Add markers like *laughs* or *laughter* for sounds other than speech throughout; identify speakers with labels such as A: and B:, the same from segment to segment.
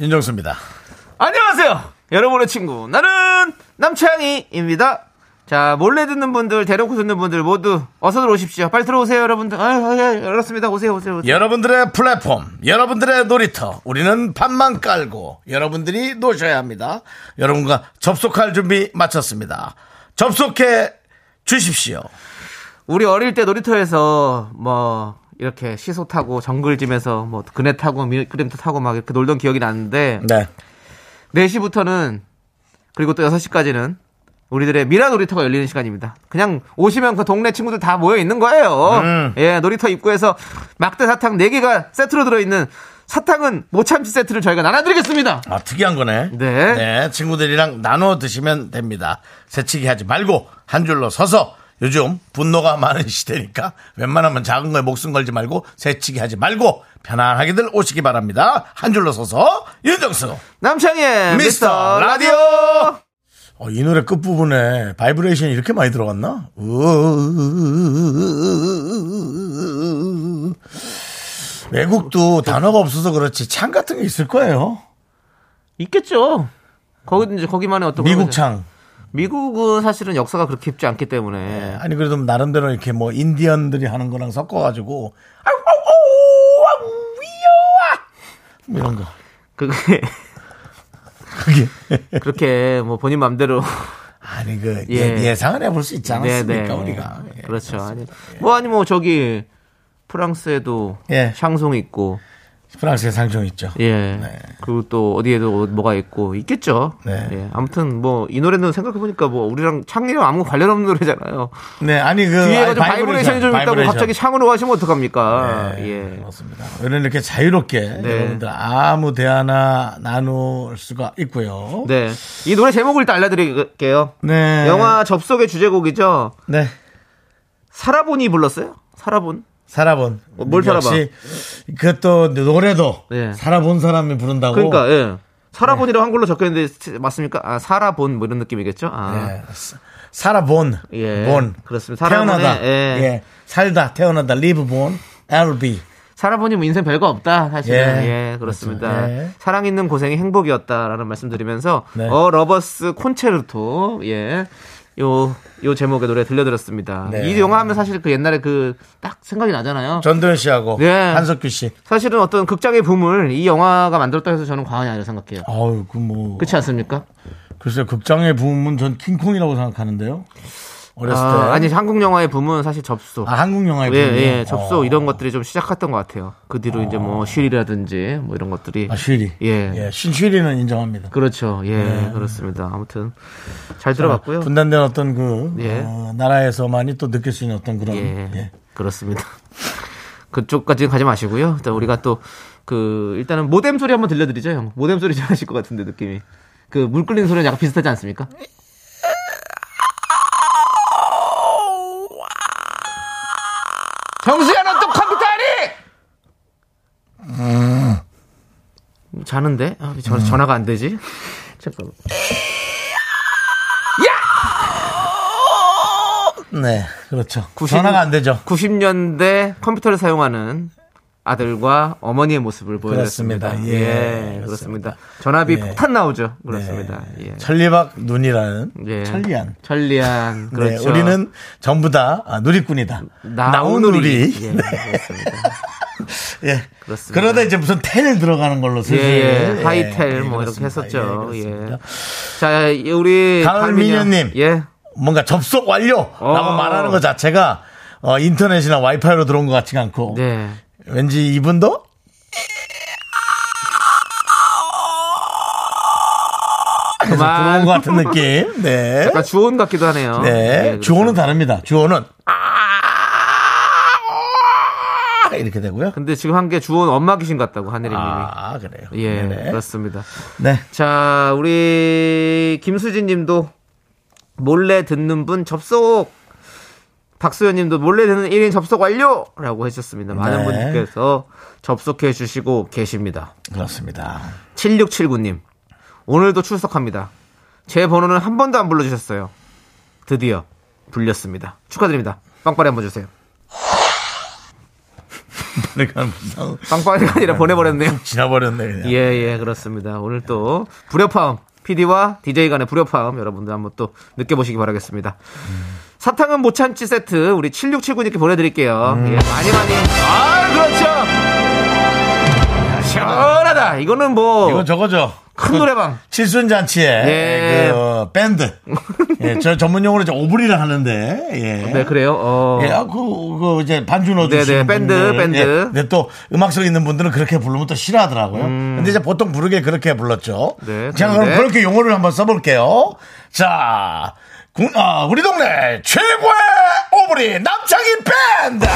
A: 윤정수입니다.
B: 안녕하세요. 여러분의 친구 나는 남창희입니다. 자 몰래 듣는 분들 대놓고 듣는 분들 모두 어서들 오십시오. 빨리 들어오세요 여러분들. 아, 아, 예, 알았습니다. 오세요 오세요. 오세요.
A: 여러분들의 플랫폼, 여러분들의 놀이터, 우리는 판만 깔고 여러분들이 노셔야 합니다. 여러분과 접속할 준비 마쳤습니다. 접속해 주십시오.
B: 우리 어릴 때 놀이터에서 뭐 이렇게 시소 타고 정글짐에서 뭐 그네 타고 미끄럼틀 타고 막 이렇게 놀던 기억이 나는데
A: 네.
B: 4시부터는 그리고 또 6시까지는 우리들의 미라 놀이터가 열리는 시간입니다. 그냥 오시면 그 동네 친구들 다 모여 있는 거예요.
A: 음.
B: 예, 놀이터 입구에서 막대 사탕 4개가 세트로 들어있는 사탕은 모참치 세트를 저희가 나눠드리겠습니다.
A: 아, 특이한 거네.
B: 네.
A: 친구들이랑 나눠 드시면 됩니다. 새치기 하지 말고 한 줄로 서서 요즘 분노가 많은 시대니까 웬만하면 작은 거에 목숨 걸지 말고 새치기 하지 말고 편안하게들 오시기 바랍니다. 한 줄로 서서 윤정수
B: 남창희의
A: 미스터
B: 미스터
A: 라디오.
B: 라디오!
A: 어, 이 노래 끝부분에 바이브레이션이 이렇게 많이 들어갔나? 으- 외국도 단어가 없어서 그렇지 창 같은 게 있을 거예요.
B: 있겠죠. 거기, 이제 거기만의 어떤.
A: 미국
B: 그런-
A: 창.
B: 미국은 사실은 역사가 그렇게 깊지 않기 때문에.
A: 아니 그래도 나름대로 이렇게 뭐 인디언들이 하는 거랑 섞어가지고 아우 아우 아우 위요아 뭐 이런 거.
B: 그게, *laughs*
A: 그게
B: 그렇게 뭐 본인 맘대로.
A: 아니 그
B: 예.
A: 예. 예상을 해볼 수 있지 않았습니까
B: 네네.
A: 우리가. 예,
B: 그렇죠. 아니,
A: 그렇습니다.
B: 뭐 아니 뭐 저기 프랑스에도
A: 예.
B: 샹송 있고
A: 프랑스의 상종 있죠.
B: 예.
A: 네.
B: 그리고 또 어디에도 뭐가 있고 있겠죠.
A: 네.
B: 예. 아무튼 뭐 이 노래는 생각해 보니까 뭐 우리랑 창리랑 아무 관련 없는 노래잖아요.
A: 네 아니 그
B: 뒤에가
A: 아니,
B: 좀 바이브레이션이 좀 있다고
A: 바이브레이션.
B: 갑자기 창으로 가시면 어떡합니까?
A: 네,
B: 예. 네.
A: 맞습니다. 오늘 이렇게 자유롭게 여러분들 아무 대화나 나눌 수가 있고요.
B: 네. 이 노래 제목을 일단 알려드릴게요.
A: 네.
B: 영화 접속의 주제곡이죠.
A: 네.
B: 사라본이 불렀어요. 사라본.
A: 살아본.
B: 어, 뭘 살아봐?
A: 역시 그것도 노래도
B: 네.
A: 살아본 사람이 부른다고.
B: 그러니까 예.
A: 네.
B: 사라본이라고 한글로 적혀있는데 맞습니까? 아 사라본 뭐 이런 느낌이겠죠. 아.
A: 네. 살아본.
B: 예.
A: 본.
B: 그렇습니다.
A: 태어나다.
B: 살아본에, 예.
A: 예. 살다. 태어나다. live born. LB.
B: 살아보니 뭐 인생 별거 없다 사실은
A: 예.
B: 예, 그렇습니다
A: 그렇죠. 예.
B: 사랑 있는 고생이 행복이었다라는 말씀드리면서
A: 네.
B: 어 러버스 콘체르토 예. 예요 요 제목의 노래 들려드렸습니다
A: 네.
B: 이 영화 하면 사실 그 옛날에 그 딱 생각이 나잖아요
A: 전도현 씨하고
B: 예.
A: 한석규 씨.
B: 사실은 어떤 극장의 붐을 이 영화가 만들었다 해서 저는 과언이 아니라 생각해요
A: 아유, 그 뭐.
B: 그렇지 않습니까
A: 글쎄요, 극장의 부음은 전 킹콩이라고 생각하는데요. 어렸을 때.
B: 아, 니 한국 영화의 붐은 사실 접수
A: 아, 한국 영화의 어.
B: 예,
A: 부음.
B: 예, 접수 이런 것들이 좀 시작했던 것 같아요. 그 뒤로 이제 뭐 쉴이라든지 뭐 이런 것들이
A: 어. 아, 쉬리.
B: 예.
A: 신쉬리는 인정합니다.
B: 그렇죠. 예, 그렇습니다. 아무튼 잘 들어봤고요.
A: 분단된 어떤 그
B: 예.
A: 어, 나라에서만이 또 느낄 수 있는 어떤 그런
B: 예,
A: 예.
B: 그렇습니다. 그쪽까지 가지 마시고요. 일단 우리가 또 그 일단은 모뎀 소리 한번 들려드리죠, 형. 모뎀 소리 잘하실 것 같은데 느낌이. 그 물 끓는 소리랑 약간 비슷하지 않습니까? 정수야, 너 또 컴퓨터 하니? 자는데? 아, 왜 전, 전화가 안 되지? 잠깐만.
A: 네 그렇죠.
B: 90
A: 전화가 안 되죠.
B: 90년대 컴퓨터를 사용하는 아들과 어머니의 모습을 보여드렸습니다.
A: 그렇습니다. 예,
B: 예, 그렇습니다. 전압이
A: 예.
B: 폭탄 나오죠. 그렇습니다. 예.
A: 천리박 눈이라는
B: 예.
A: 천리안.
B: 천리안.
A: 네,
B: 그렇죠.
A: 우리는 전부 다 아, 누리꾼이다.
B: 나우누리.
A: 나우누리.
B: 예,
A: 네,
B: 그렇습니다.
A: 예.
B: 그렇습니다.
A: 그러다 이제 무슨 텔 들어가는 걸로
B: 예,
A: 슬슬
B: 예. 하이텔
A: 예,
B: 뭐 이렇게
A: 그렇습니다.
B: 했었죠.
A: 예,
B: 예.
A: 그렇습니다.
B: 자, 이 우리
A: 가을미녀 님.
B: 예.
A: 뭔가 접속 완료라고
B: 어.
A: 말하는 것 자체가 어, 인터넷이나 와이파이로 들어온 것 같지가 않고
B: 네.
A: 왠지 이분도 그래서
B: 그만. 예,
A: 들어온 것 같은 느낌. 네.
B: 약간 그러니까 주온 같기도 하네요.
A: 네.
B: 예,
A: 주어는
B: 그렇습니다.
A: 다릅니다. 주어는 아! 이렇게 되고요.
B: 근데 지금 한 게 주온 엄마 귀신 같다고 하늘이님이.
A: 아, 그래요.
B: 예,
A: 네네.
B: 그렇습니다.
A: 네.
B: 자, 우리 김수진 님도 몰래 듣는 분 접속. 박수현 님도 몰래 듣는 1인 접속 완료! 라고 하셨습니다. 많은
A: 네.
B: 분들께서 접속해 주시고 계십니다.
A: 그렇습니다.
B: 7679님, 오늘도 출석합니다. 제 번호는 한 번도 안 불러주셨어요. 드디어 불렸습니다. 축하드립니다. 빵빠레 한번 주세요. 네,
A: 그러니까 무슨
B: 빵빠레가 아니라
A: *laughs*
B: 보내버렸네요.
A: 지나버렸네. 그냥.
B: 예, 예, 그렇습니다. 오늘 또 불협화음, PD와 DJ 간의 불협화음 여러분들 한번 또 느껴보시기 바라겠습니다. 사탕은 못 참치 세트 우리 7679님께 보내드릴게요.
A: 음.
B: 예, 많이 많이. 아, 그렇죠. 아, 시원하다. 이거는 뭐
A: 이건
B: 큰
A: 저거죠.
B: 노래방.
A: 칠순 잔치에
B: 예.
A: 그
B: *laughs*
A: 밴드. 예, 저 전문 용어로 이제 오브리를 하는데. 예.
B: 네, 그래요. 어.
A: 예, 아, 그, 그, 이제, 반주 넣어주시는
B: 네네, 밴드,
A: 분들.
B: 밴드.
A: 예, 근데 또, 음악성 있는 분들은 그렇게 부르면 또 싫어하더라고요. 근데 이제 보통 부르게 그렇게 불렀죠.
B: 음. 네,
A: 자, 그럼
B: 그런데.
A: 그렇게 용어를 한번 써볼게요. 자, 구- 아, 우리 동네 최고의 오브리 남창희 밴드!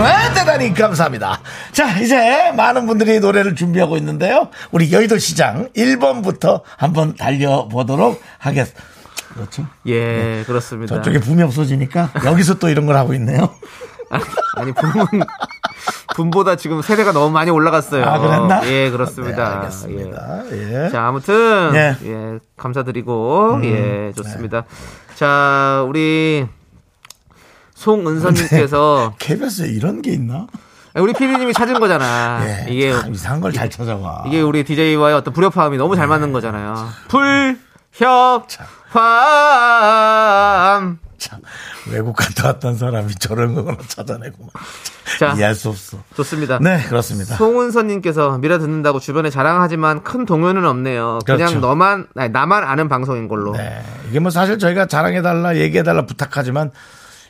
A: 네, 대단히 감사합니다. 자, 이제 많은 분들이 노래를 준비하고 있는데요. 우리 여의도 시장 1번부터 한번 달려보도록 하겠습니다. 그렇죠?
B: 예, 그렇습니다.
A: 저쪽에 붐이 없어지니까 여기서 또 이런 걸 하고 있네요.
B: 아니 분은 *laughs* 분보다 지금 세대가 너무 많이 올라갔어요.
A: 아, 그랬나?
B: 예, 그렇습니다.
A: 네, 알겠습니다. 예.
B: 예. 자, 아무튼
A: 예. 음.
B: 예, 감사드리고 예, 좋습니다. 자, 우리
A: *laughs*
B: 송은선님께서
A: KBS에 이런 게 있나?
B: 우리 피디님이 찾은 거잖아.
A: 예,
B: 이게
A: 참 이상한 걸 잘 찾아와.
B: 이게 우리 DJ와의 어떤 불협화음이 너무
A: 예,
B: 잘 맞는 거잖아요. 불협화음.
A: 참 외국 갔다 왔던 사람이 저런 걸 찾아내고
B: 자,
A: 이해할 수 없어.
B: 좋습니다.
A: 예. 네, 그렇습니다.
B: 송은선님께서 미라 듣는다고 주변에 자랑하지만 큰 동요는 없네요. 그냥
A: 그렇죠.
B: 너만 아니, 나만 아는 방송인 걸로.
A: 네, 이게 뭐 사실 저희가 자랑해달라, 얘기해달라 부탁하지만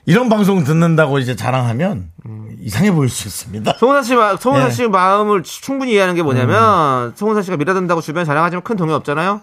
A: 이런 방송 듣는다고 이제 자랑하면
B: 음.
A: 이상해 보일 수 있습니다.
B: 송은선 씨, 마, 송은선
A: 네. 음.
B: 씨 마음을 추- 충분히 이해하는 게 뭐냐면 송은선 씨가 미라 듣는다고 주변에 자랑하지만 큰 동요 없잖아요.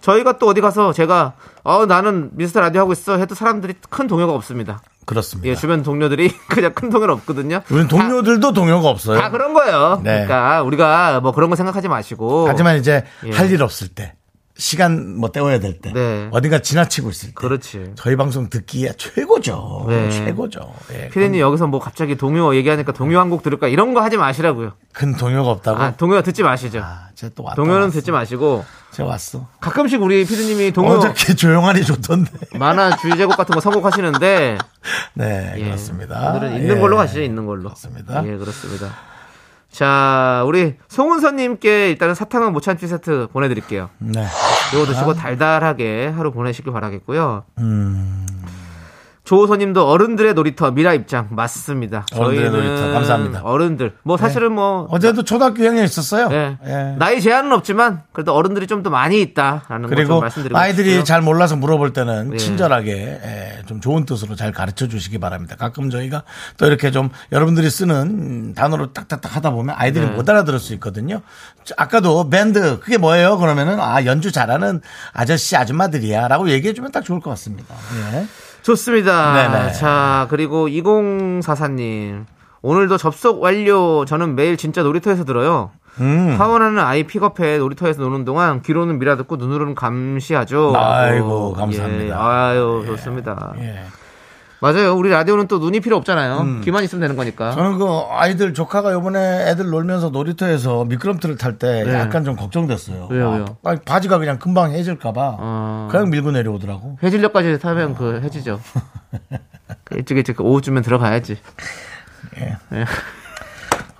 B: 저희가 또 어디 가서 제가 어 나는 미스터 라디오 하고 있어 해도 사람들이 큰 동요가 없습니다.
A: 그렇습니다.
B: 예, 주변 동료들이 *laughs* 그냥 큰 동요는 없거든요.
A: 우리는
B: 다-
A: 동료들도 동요가 없어요.
B: 다, 아, 그런 거예요.
A: 네.
B: 그러니까 우리가 뭐 그런 거 생각하지 마시고
A: 하지만 이제
B: 예.
A: 할 일 없을 때 시간 뭐 때워야 될 때
B: 네.
A: 어딘가 지나치고 있을 때
B: 그렇지.
A: 저희 방송 듣기에 최고죠
B: 네.
A: 최고죠 예.
B: 피디님 여기서 뭐 갑자기 동요 얘기하니까 동요 한 곡 들을까 이런 거 하지 마시라고요.
A: 큰 동요가 없다고
B: 아, 동요 듣지 마시죠.
A: 아, 쟤또 왔다
B: 동요는
A: 왔어.
B: 듣지 마시고
A: 쟤 왔어
B: 가끔씩 우리 피디님이 동요
A: 어저께 조용하니 좋던데 *laughs*
B: 만화 주제곡 같은 거 선곡하시는데
A: 네
B: 예,
A: 그렇습니다
B: 오늘은 있는
A: 예.
B: 걸로 가시죠. 있는 걸로.
A: 그렇습니다.
B: 예, 그렇습니다. 자, 우리 송은선 님께 일단은 사탕은 못 참치 세트 보내 드릴게요.
A: 네.
B: 요거 드시고 달달하게 하루 보내시길 바라겠고요.
A: 음.
B: 조호선 님도 어른들의 놀이터 미라 입장 맞습니다.
A: 어른들의
B: 저희는
A: 놀이터, 감사합니다. 네.
B: 어른들. 뭐 사실은 뭐
A: 어제도 초등학교 형이 있었어요
B: 예.
A: 예.
B: 나이 제한은 없지만 그래도 어른들이 좀 더 많이 있다라는 걸 좀
A: 그리고
B: 말씀드리고
A: 아이들이
B: 싶고요.
A: 잘 몰라서 물어볼 때는
B: 예.
A: 친절하게 예, 좀 좋은 뜻으로 잘 가르쳐 주시기 바랍니다. 가끔 저희가 또 이렇게 좀 여러분들이 쓰는 단어로 딱딱딱 하다 보면 아이들이
B: 네.
A: 못 알아들을 수 있거든요. 저- 아까도 밴드 그게 뭐예요? 그러면은 아 연주 잘하는 아저씨 아줌마들이야라고 얘기해 주면 딱 좋을 것 같습니다. 예.
B: 좋습니다.
A: 네네.
B: 자, 그리고 2044님. 오늘도 접속 완료. 저는 매일 진짜 놀이터에서 들어요.
A: 음.
B: 하원하는 아이 픽업해 놀이터에서 노는 동안 귀로는 미라 듣고 눈으로는 감시하죠.
A: 아이고,
B: 예.
A: 감사합니다.
B: 아유, 좋습니다.
A: 예. 음.
B: 맞아요. 우리 라디오는 또 눈이 필요 없잖아요. 귀만 있으면 되는 거니까.
A: 저는 그 아이들 조카가 요번에 애들 놀면서 놀이터에서 미끄럼틀을 탈 때
B: 네.
A: 약간 좀 걱정됐어요.
B: 왜요, 왜요?
A: 아, 바지가 그냥 금방 해질까봐
B: 아.
A: 그냥 밀고 내려오더라고.
B: 해질녘까지 타면
A: *laughs*
B: 그 해지죠. 그 일찍 일찍 오후쯤엔 들어가야지.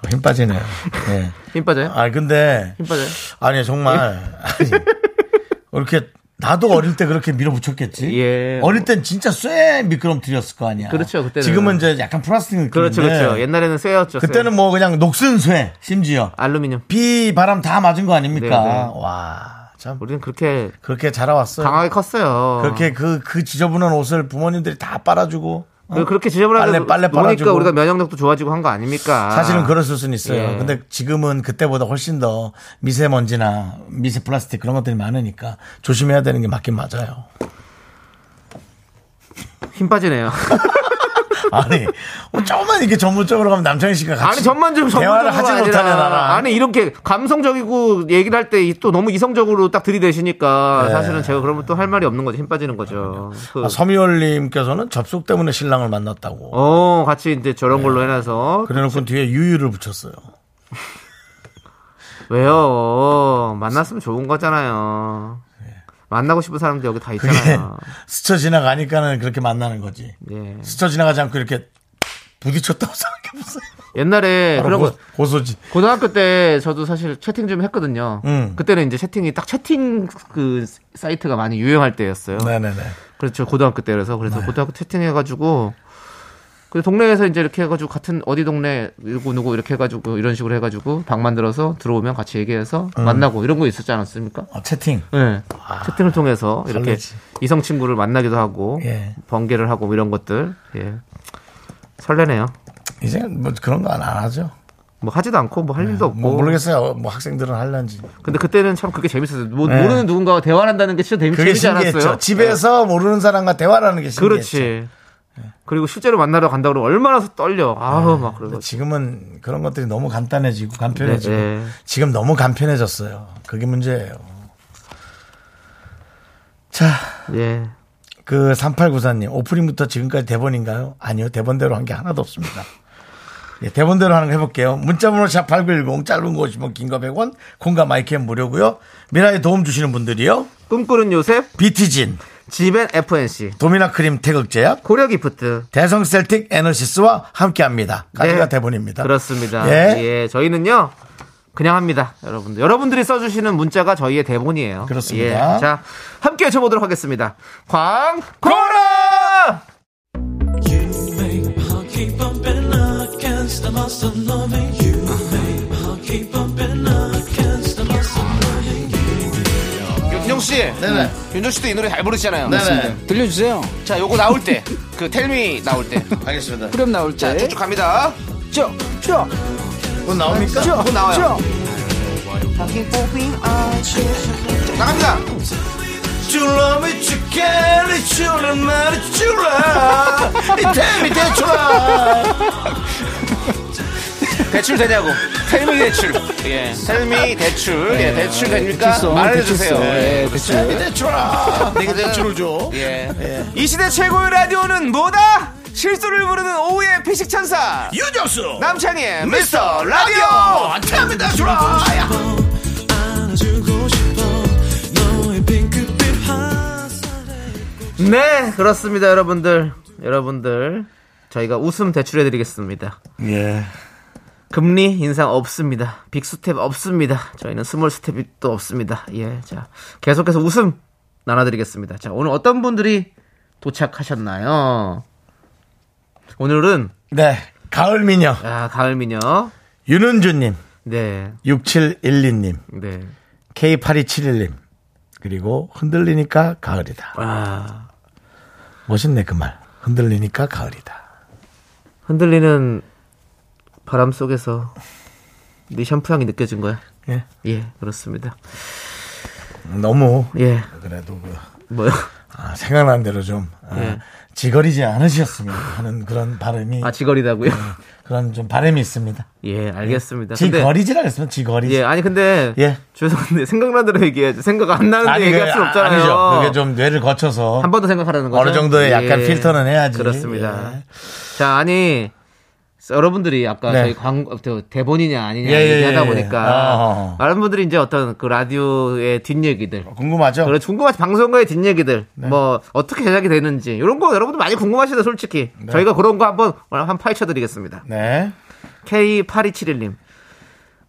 A: 힘 빠지네요. 예.
B: 힘 빠져요?
A: 아 근데
B: 힘 빠져요?
A: 아니 정말 아니, 이렇게 나도 어릴 때 그렇게 밀어붙였겠지.
B: 예.
A: 어릴 땐 진짜 쇠 미끄럼틀이었을 거 아니야.
B: 그렇죠, 그때는.
A: 지금은 이제 약간 플라스틱 느낌인데.
B: 그렇죠, 그렇죠. 옛날에는 쇠였죠.
A: 네.
B: 쇠.
A: 그때는 뭐 그냥 녹슨 쇠 심지어
B: 알루미늄.
A: 비 바람 다 맞은 거 아닙니까?
B: 네, 네.
A: 와 참.
B: 우리는 그렇게
A: 그렇게 자라왔어요.
B: 강하게 컸어요.
A: 그렇게 그 그 지저분한 옷을 부모님들이 다 빨아주고. 어?
B: 그- 그렇게 지저분하게
A: 빨래 빨래
B: 보니까
A: 빨아주고.
B: 우리가 면역력도 좋아지고 한 거 아닙니까?
A: 사실은 그랬을 수는 있어요.
B: 예.
A: 근데 지금은 그때보다 훨씬 더 미세먼지나 미세 플라스틱 그런 것들이 많으니까 조심해야
B: *laughs*
A: 되는 게 맞긴 맞아요. *laughs*
B: 힘 빠지네요.
A: 아니, 뭐 조금만 이렇게 전문적으로 가면 남창희 씨가 같이
B: 아니 전만 좀
A: 대화를
B: 전문적으로
A: 하지 못하려나.
B: 아니라 아니 이렇게 감성적이고 얘기를 할 때 또 너무 이성적으로 딱 들이대시니까
A: 네.
B: 사실은 제가 그러면 또 할 말이 없는 거죠 힘 빠지는 거죠. 그,
A: 아, 서미월님께서는 접속 때문에 신랑을 만났다고.
B: 어 같이 이제 저런 걸로 해놔서
A: 네. 그래놓고 뒤에 유유를 붙였어요.
B: 왜요 만났으면 좋은 거잖아요. 만나고 싶은 사람들 여기 다
A: 네. 그게
B: 있잖아요.
A: *laughs* 스쳐 지나가니까는 그렇게 만나는 거지.
B: 예.
A: 스쳐 지나가지 않고 이렇게 부딪혔다고 *laughs* 생각해 보세요.
B: 옛날에 네, 그런 거
A: 고, 소지
B: 고등학교 때 저도 사실 채팅 좀 했거든요.
A: 음.
B: 그때는 이제 채팅이 딱 채팅 그 사이트가 많이 유행할 때였어요.
A: 네네네. 네.
B: 그렇죠. 고등학교 때라서 그래서 고등학교 채팅해가지고 그 동네에서 이제 이렇게 해가지고 같은 어디 동네 누구 누구 이렇게 해가지고 이런 식으로 해가지고 방 만들어서 들어오면 같이 얘기해서
A: 음.
B: 만나고 이런 거 있었지 않았습니까?
A: 아, 채팅.
B: 예. 채팅을 통해서 이렇게
A: 설레지.
B: 이성 친구를 만나기도 하고
A: 예.
B: 번개를 하고 뭐 이런 것들 예. 설레네요.
A: 이제 뭐 그런 거 안 하죠.
B: 뭐 하지도 않고 뭐 할 일도 없고
A: 뭐 모르겠어요. 뭐 학생들은 할런지.
B: 근데 그때는 참 그게 재밌었어요. 뭐
A: 네.
B: 모르는 누군가와 대화한다는 게 진짜 재밌,
A: 그게
B: 재밌지
A: 신기했죠.
B: 않았어요?
A: 집에서 모르는 사람과 대화라는 게
B: 네.
A: 신기했죠. 네.
B: 그렇지. 그리고 실제로 만나러 간다 그러면 얼마나 떨려. 아우 막 그러고.
A: 네, 지금은 그런 것들이 너무 간단해지고 간편해지고
B: 네, 네.
A: 지금 너무 간편해졌어요. 그게 문제예요. 자,
B: 예.
A: 그 3894님 오프닝부터 지금까지 대본인가요? 아니요, 대본대로 한 게 하나도 없습니다. *laughs* 예, 대본대로 하는 거 해볼게요. 문자번호 샵8910 짧은 거 50원 긴거 100원 콩과 마이크는 무료고요. 미라에 도움 주시는 분들이요.
B: 꿈꾸는 요셉,
A: 비티진,
B: 지벤 FNC,
A: 도미나크림 태극제약
B: 고려 기프트.
A: 대성 셀틱 에너시스와 함께합니다. 가지가
B: 네.
A: 대본입니다.
B: 그렇습니다.
A: 예.
B: 예. 저희는요. 그냥 합니다. 여러분들. 여러분들이 써주시는 문자가 저희의 대본이에요.
A: 그렇습니다.
B: 예. 자, 함께 외쳐보도록 하겠습니다. 광고라! 윤정씨.
A: 네네.
B: 윤정씨도 이 노래 잘 부르시잖아요.
A: 네네.
C: 들려주세요.
B: 자, 요거 나올 때. 그 텔미 나올 때.
A: *laughs* 알겠습니다.
C: 그럼 나올 때.
B: 쭉쭉 갑니다.
C: 쭉, 쭉,
A: 곧 나옵니까?
C: 쭉,
B: 또 나와요.
C: 쭉.
B: 나갑니다.
A: You love me, you care, you love me, you love. It tell me that you love.
B: 대출 되냐고. 텔미 대출. 예. 텔미 대출. 예. 대출 됩니까?
C: 아, 대출성,
B: 말해주세요. 예.
C: 대출성. 예,
A: Tell
C: 대출.
A: me that you love. 내게 대출을 줘.
B: 예. 이 시대 최고의 라디오는 뭐다? 실수를 부르는 오후의 피식천사.
A: 유정수.
B: 남창희의 미스터 라디오.
A: 라디오. Tell me that you love.
B: 네. 그렇습니다, 여러분들. 여러분들. 저희가 웃음 대출해드리겠습니다.
A: 예.
B: 금리 인상 없습니다. 빅스텝 없습니다. 저희는 스몰 스텝이 또 없습니다. 예. 자, 계속해서 웃음 나눠드리겠습니다. 자, 오늘 어떤 분들이 도착하셨나요? 오늘은,
A: 네. 가을 미녀
B: 아, 가을 미녀.
A: 윤은주님,
B: 네.
A: 6712님,
B: 네.
A: K8271님 그리고 흔들리니까 가을이다.
B: 아,
A: 멋있네 그 말. 흔들리니까 가을이다.
B: 흔들리는 바람 속에서 네 샴푸 향이 느껴진 거야.
A: 예.
B: 예, 그렇습니다.
A: 너무
B: 예,
A: 그래도 그,
B: 뭐요?
A: 아, 생각난 대로 좀 아,
B: 예.
A: 지거리지 않으셨으면 하는 그런 바람이
B: 아, 지거리다고요?
A: 그런 좀 바람이 있습니다.
B: *laughs* 예, 알겠습니다.
A: 음.
B: 근데-
A: 지거리지라 했으면 지거리지.
B: 예, 아니 근데
A: 예.
B: 죄송한데 생각나는 대로 얘기해야지 생각 안 나는데
A: 아니,
B: 얘기할
A: 그게
B: 수
A: 아-
B: 없잖아요.
A: 아니죠. 그게 좀 뇌를 거쳐서
B: 한 번 더 생각하라는 거죠. 예.
A: 어느 정도의 약간 필터는 해야지.
B: 그렇습니다.
A: 예.
B: 자, 아니 여러분들이 아까
A: 네.
B: 저희 광고 저 대본이냐 아니냐
A: 예, 예,
B: 얘기하다
A: 예, 예.
B: 보니까
A: 어허.
B: 많은 분들이 이제 어떤 그 라디오의 뒷얘기들
A: 어, 궁금하죠?
B: 그래 궁금하지 방송가의 뒷얘기들
A: 네.
B: 뭐 어떻게 제작이 되는지 이런 거 여러분들 많이 궁금하시다 솔직히 저희가 그런 거 한번 한 파헤쳐 드리겠습니다
A: 네.
B: K8271님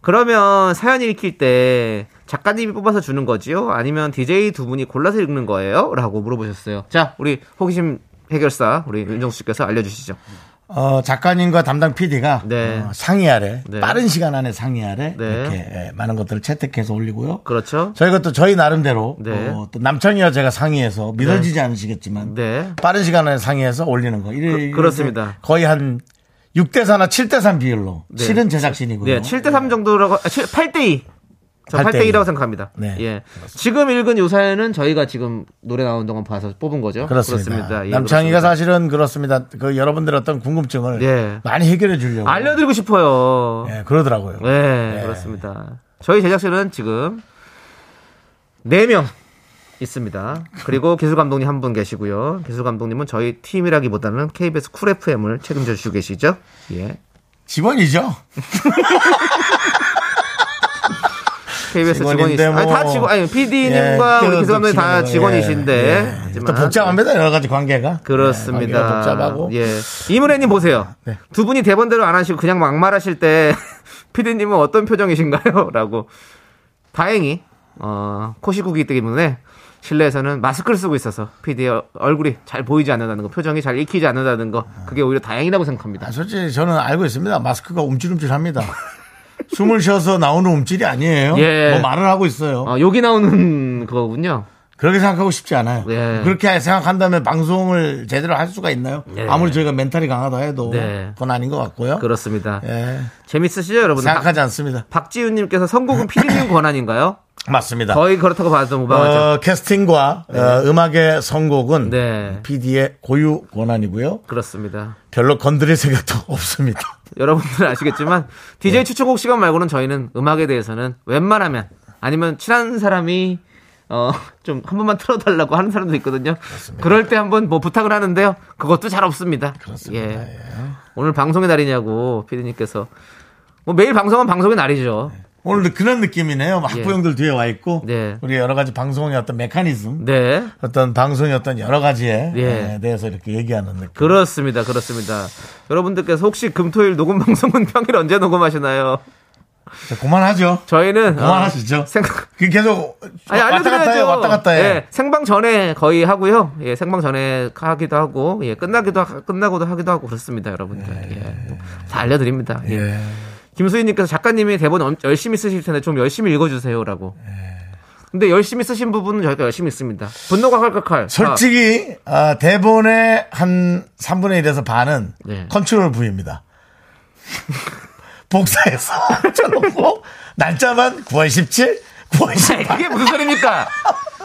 B: 그러면 사연 읽힐 때 작가님이 뽑아서 주는 거지요 아니면 DJ 두 분이 골라서 읽는 거예요 라고 물어보셨어요 자 우리 호기심 해결사 우리 윤정수 씨께서 알려주시죠
A: 어, 작가님과 담당 PD가 어,
B: 네.
A: 상의 아래
B: 네.
A: 빠른 시간 안에 상의 아래
B: 네.
A: 이렇게 예, 많은 것들을 채택해서 올리고요.
B: 그렇죠
A: 저희가 또 저희 나름대로
B: 네.
A: 어, 또 남창희와 제가 상의해서 믿어지지 않으시겠지만
B: 네
A: 빠른 시간 안에 상의해서 올리는 거. 이래,
B: 그- 그렇습니다.
A: 거의 한 6대 4나 7대 3 비율로.
B: 네.
A: 7은 제작진이고요.
B: 네, 7대3 정도라고, 아, 8대2. 전 8대 1이라고 생각합니다.
A: 네,
B: 예. 지금 읽은 요 사연은 저희가 지금 노래 나오는 동안 봐서 뽑은 거죠.
A: 그렇습니다.
B: 예,
A: 남창희가
B: 그렇습니다.
A: 사실은 그렇습니다. 그 여러분들의 어떤 궁금증을
B: 예.
A: 많이 해결해 주려고
B: 알려드리고 싶어요.
A: 예, 그러더라고요.
B: 네,
A: 예.
B: 그렇습니다. 저희 제작진은 지금 4명 있습니다. 그리고 기술 감독님 한 분 계시고요. 기술 감독님은 저희 팀이라기보다는 KBS 쿨 FM을 책임져 주시고 계시죠. 예.
A: 직원이죠.
B: KBS 직원이
A: 직원인데
B: 아니, 다
A: 뭐.
B: 직원 아니 PD님과
A: 예,
B: 우리 기술 감독님 다
A: 또
B: 직원이신데
A: 예, 예.
B: 하지만
A: 또 복잡합니다. 여러 가지 관계가. 예,
B: 그렇습니다.
A: 관계가 복잡하고. 네.
B: 예. 이문혜님 보세요. 두 분이 대본대로 안 하시고 그냥 막말하실 때 *laughs* 피디님은 어떤 표정이신가요? *laughs* 라고. 다행히 어, 코시국이기 때문에 실내에서는 마스크를 쓰고 있어서 피디의 얼굴이 잘 보이지 않는다는 거, 표정이 잘 익히지 않는다는 거, 그게 오히려 다행이라고 생각합니다.
A: 아, 솔직히 저는 알고 있습니다. 마스크가 움찔움찔합니다. *laughs* 숨을 쉬어서 나오는 움찔이 아니에요.
B: 예.
A: 뭐 말을 하고 있어요.
B: 어, 여기 나오는 *laughs* 그거군요.
A: 그렇게 생각하고 싶지 않아요.
B: 예.
A: 그렇게 생각한다면 방송을 제대로 할 수가 있나요?
B: 예.
A: 아무리 저희가 멘탈이 강하다 해도
B: 네.
A: 그건 아닌 것 같고요.
B: 그렇습니다.
A: 예.
B: 재밌으시죠, 여러분?
A: 생각하지 않습니다.
B: 박지윤님께서 선곡은 피디님 권한인가요?
A: 맞습니다.
B: 거의 그렇다고 봐도 무방하죠.
A: 어, 캐스팅과 어, 음악의 선곡은
B: 네.
A: PD의 고유 권한이고요.
B: 그렇습니다.
A: 별로 건드릴 생각도 *laughs* 없습니다. *laughs*
B: 여러분들 아시겠지만
A: 네.
B: DJ 추천곡 시간 말고는 저희는 음악에 대해서는 웬만하면 아니면 친한 사람이 어 좀 한 번만 틀어달라고 하는 사람도 있거든요. 그럴때 한번 뭐 부탁을 하는데요. 그것도 잘 없습니다.
A: 그렇습니다.
B: 예. 오늘 방송의 날이냐고 피디님께서 뭐 매일 방송은 방송의 날이죠.
A: 오늘 그런 느낌이네요. 학부형들 뒤에 와 있고
B: 예. 네.
A: 우리 여러 가지 방송의 어떤 메커니즘,
B: 네.
A: 어떤 방송의 어떤 여러 가지에
B: 예.
A: 에 대해서 이렇게 얘기하는 느낌.
B: 그렇습니다. 그렇습니다. 여러분들께서 혹시 금토일 녹음 방송은 *laughs* 평일 언제 녹음하시나요?
A: 자, 그만하죠.
B: 저희는 어,
A: 그만하시죠.
B: 생각
A: 그 계속
B: 아니, 예,
A: 왔다
B: 알려드려야죠.
A: 갔다 해, 왔다 갔다 해.
B: 예, 생방 전에 거의 하고요. 예, 생방 전에 하기도 하고, 예, 끝나기도 하, 끝나고도 하기도 하고 그렇습니다, 여러분들. 예, 다 알려드립니다. 예.
A: 예.
B: 김수희님께서 작가님이 대본 엄- 열심히 쓰실 텐데 좀 열심히 읽어주세요라고.
A: 예.
B: 근데 열심히 쓰신 부분은 저희가 열심히 있습니다. 분노가 칼칼칼.
A: 솔직히 아, 대본의 한 3분의 1에서 반은
B: 네.
A: 컨트롤 V입니다. *laughs* 복사해서 *laughs* 쳐놓고 날짜만 9월 17, 9월
B: 아,
A: 18.
B: 이게 무슨
A: *laughs*
B: 소리입니까?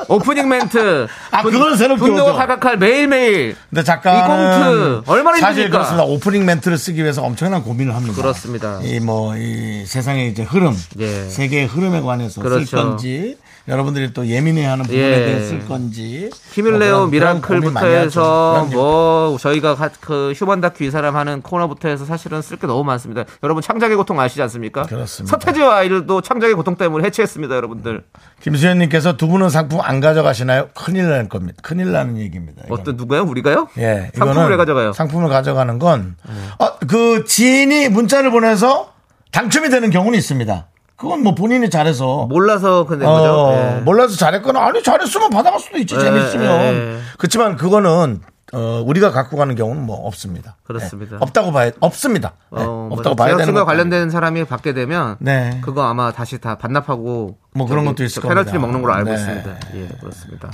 B: 오프닝 멘트.
A: 아, 그건 새롭게
B: 분노가
A: 오죠.
B: 칼칼칼 매일매일.
A: 근데 작가는
B: 이 꽁트 얼마나
A: 사실
B: 힘드니까.
A: 그렇습니다. 오프닝 멘트를 쓰기 위해서 엄청난 고민을 합니다.
B: 그렇습니다.
A: 이 뭐 이 세상의 이제 흐름,
B: 예.
A: 세계의 흐름에 관해서
B: 그렇죠.
A: 쓸 건지 여러분들이 또 예민해하는 부분에
B: 예.
A: 대해 쓸 건지
B: 힘을 내요
A: 뭐 그런- 그런 고민
B: 미라클부터
A: 많이 하죠.
B: 해서
A: 그럼요.
B: 뭐 저희가 가- 그 휴먼 다큐 이 사람 하는 코너부터 해서 사실은 쓸 게 너무 많습니다. 여러분 창작의 고통 아시지 않습니까?
A: 그렇습니다.
B: 서태지와 아이들도 창작의 고통 때문에 해체했습니다, 여러분들.
A: 김수현님께서 두 분은 상품 안 가져가시나요? 큰일 날 겁니다. 큰일 나는 얘기입니다. 이건.
B: 어떤 누가요? 우리가요?
A: 예,
B: 상품을
A: 이거는
B: 왜 가져가요? 음.
A: 상품을 가져가는 건, 어, 그 지인이 문자를 보내서 당첨이 되는 경우는 있습니다. 그건 뭐 본인이 잘해서
B: 몰라서 근데
A: 어,
B: 거죠. 예.
A: 몰라서 잘했거나 아니 잘했으면 받아갈 수도 있지
B: 예,
A: 재밌으면
B: 예.
A: 그렇지만 그거는 어, 우리가 갖고 가는 경우는 뭐 없습니다.
B: 그렇습니다.
A: 예, 없다고 봐야 없습니다. 예,
B: 어, 뭐
A: 없다고 봐야 되는
B: 제작진과
A: 것도
B: 관련된 사람이 받게 되면
A: 네.
B: 그거 아마 다시 다 반납하고
A: 뭐 그런 것도 있을 겁니다.
B: 페널티 먹는 걸로 알고
A: 네.
B: 있습니다. 예, 그렇습니다.